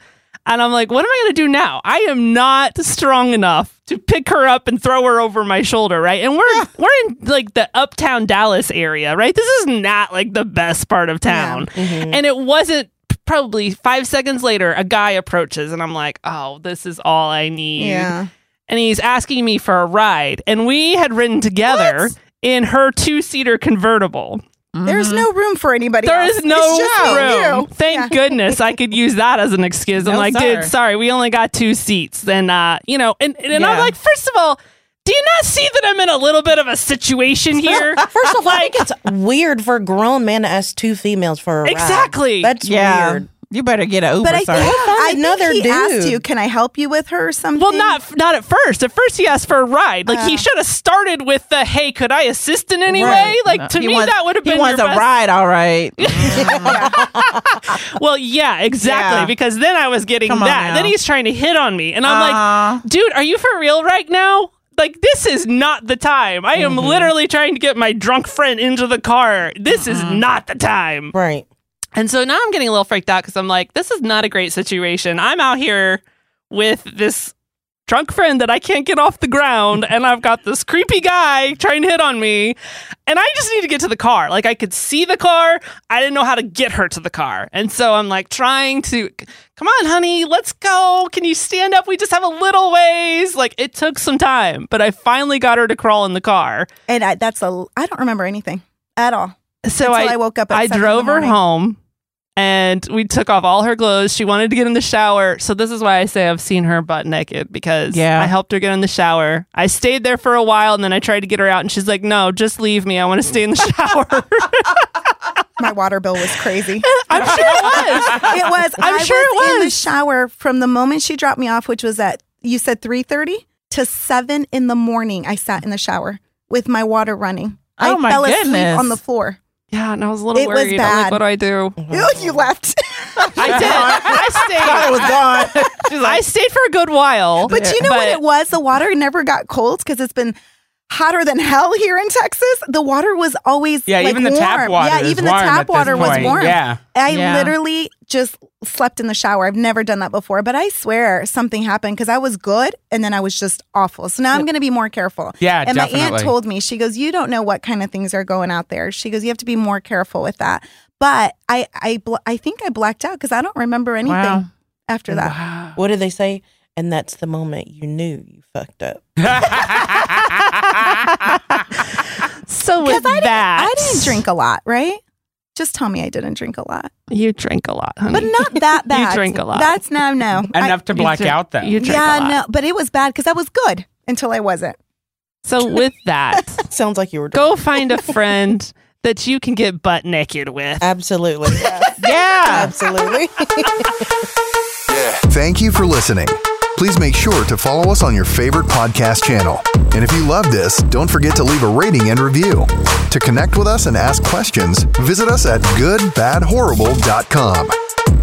S2: And I'm like, what am I going to do now? I am not strong enough to pick her up and throw her over my shoulder, right? And we're we're in like the uptown Dallas area, right? This is not like the best part of town. And it wasn't probably 5 seconds later a guy approaches and I'm like, "Oh, this is all I need."
S4: yeah.
S2: And he's asking me for a ride, and we had ridden together in her two-seater convertible.
S4: There's no room for anybody.
S2: Mm-hmm. There
S4: else.
S2: is no
S4: It's just me and
S2: room.
S4: you.
S2: Thank
S4: Yeah.
S2: goodness I could use that as an excuse. I'm
S3: No,
S2: like,
S3: sir.
S2: dude, sorry, we only got two seats. And uh, you know, and and I'm
S3: Yeah.
S2: like, first of all, do you not see that I'm in a little bit of a situation
S4: [laughs]
S2: here?
S6: First of all, I [laughs] think it's weird for a grown man to ask two females for a ride.
S2: Exactly.
S6: That's
S3: yeah.
S6: weird.
S3: You better get an Uber.
S4: But I think,
S3: sir.
S4: I think
S6: another
S4: he
S6: dude.
S4: asked you, "Can I help you with her?" Or something.
S2: Um, Well, not not at first. At first, he asked for a ride. Like
S3: Uh.
S2: he should have started with the "Hey, could I assist in any way?" Like to
S3: He
S2: me,
S3: wants-
S2: that would have been
S3: He wants
S2: your
S3: a
S2: best-
S3: ride,
S2: [laughs]
S3: all right.
S2: Well, yeah, exactly.
S3: Yeah.
S2: Because then I was getting
S3: Come on
S2: that.
S3: now.
S2: Then he's trying to hit on me, and I'm
S3: Uh-uh.
S2: like, dude, are you for real right now? Like this is not the time. I
S3: Mm-hmm.
S2: am literally trying to get my drunk friend into the car. This is
S3: Mm-hmm.
S2: not the time.
S6: Right.
S2: And so now I'm getting a little freaked out because I'm like, this is not a great situation. I'm out here with this drunk friend that I can't get off the ground, and I've got this creepy guy trying to hit on me, and I just need to get to the car. Like, I could see the car, I didn't know how to get her to the car. And so I'm like, trying to, come on, honey, let's go. Can you stand up? We just have a little ways. Like, it took some time, but I finally got her to crawl in the car.
S4: and I, that's a. I don't remember anything at all.
S2: So
S4: Until I woke up at
S2: I
S4: seven in the
S2: drove her
S4: morning.
S2: home, and we took off all her clothes. She wanted to get in the shower, so this is why I say I've seen her butt naked because
S3: Yeah.
S2: I helped her get in the shower. I stayed there for a while, and then I tried to get her out, and she's like, "No, just leave me. I want to stay in the
S4: [laughs]
S2: shower."
S4: My water bill was
S5: [laughs]
S4: crazy.
S2: I'm sure it was.
S4: it was.
S2: I'm
S4: I
S2: sure
S4: was
S2: it
S4: in the
S2: was.
S4: shower from the moment she dropped me off, which was at you said three thirty to seven in the morning. I sat in the shower with my water running.
S3: Oh,
S4: I
S3: my
S4: fell
S3: goodness.
S4: asleep on the floor.
S2: Yeah, and I was a little
S4: It was
S2: worried. I'm like,
S4: bad.
S2: what do I
S4: [laughs]
S2: do?
S4: you left. [laughs]
S2: I did. I stayed.
S3: was
S2: [laughs]
S3: gone.
S2: I stayed for a good while.
S4: but you know what it was? The water never got cold because it's been hotter than hell here in Texas. The water was always
S5: Yeah,
S4: like,
S5: even the tap
S4: warm.
S5: water
S4: Yeah,
S5: is
S4: even
S5: warm
S4: the
S5: at
S4: tap
S5: this
S4: water was
S5: point.
S4: warm.
S5: Yeah.
S4: I
S3: Yeah.
S4: literally just slept in the shower. I've never done that before, but I swear something happened because I was good and then I was just awful. So now I'm going to be more careful.
S2: Uh,
S5: Yeah,
S4: And my aunt
S5: definitely. [laughs]
S4: told [laughs] me, she goes, You don't know what kind of things are going out there. She goes, You have to be more careful with that. But I, I, bl- I think I blacked out because I don't remember anything
S3: Wow.
S4: after that.
S6: What do they say? And that's the moment you knew you fucked up.
S2: So with
S4: Because I didn't,
S2: that,
S4: I didn't drink a lot, right? Just tell me I didn't drink a
S2: [laughs]
S4: lot,
S2: You drink a lot, honey.
S4: but not that bad.
S2: drink a lot.
S4: That's no, no. I-
S5: Enough to
S2: You
S5: black
S2: drink-
S5: out though.
S2: You drink
S4: yeah,
S2: a lot.
S4: no, but it was bad because I was good until I wasn't.
S2: So with
S4: [laughs]
S2: that.
S6: Sounds like you were
S2: go find a friend that you can get butt naked with.
S6: [laughs] Absolutely. [laughs]
S3: Yeah.
S6: Absolutely. [laughs]
S1: Thank you for listening. Please make sure to follow us on your favorite podcast channel. And if you love this, don't forget to leave a rating and review. To connect with us and ask questions, visit us at goodbadhorrible.com.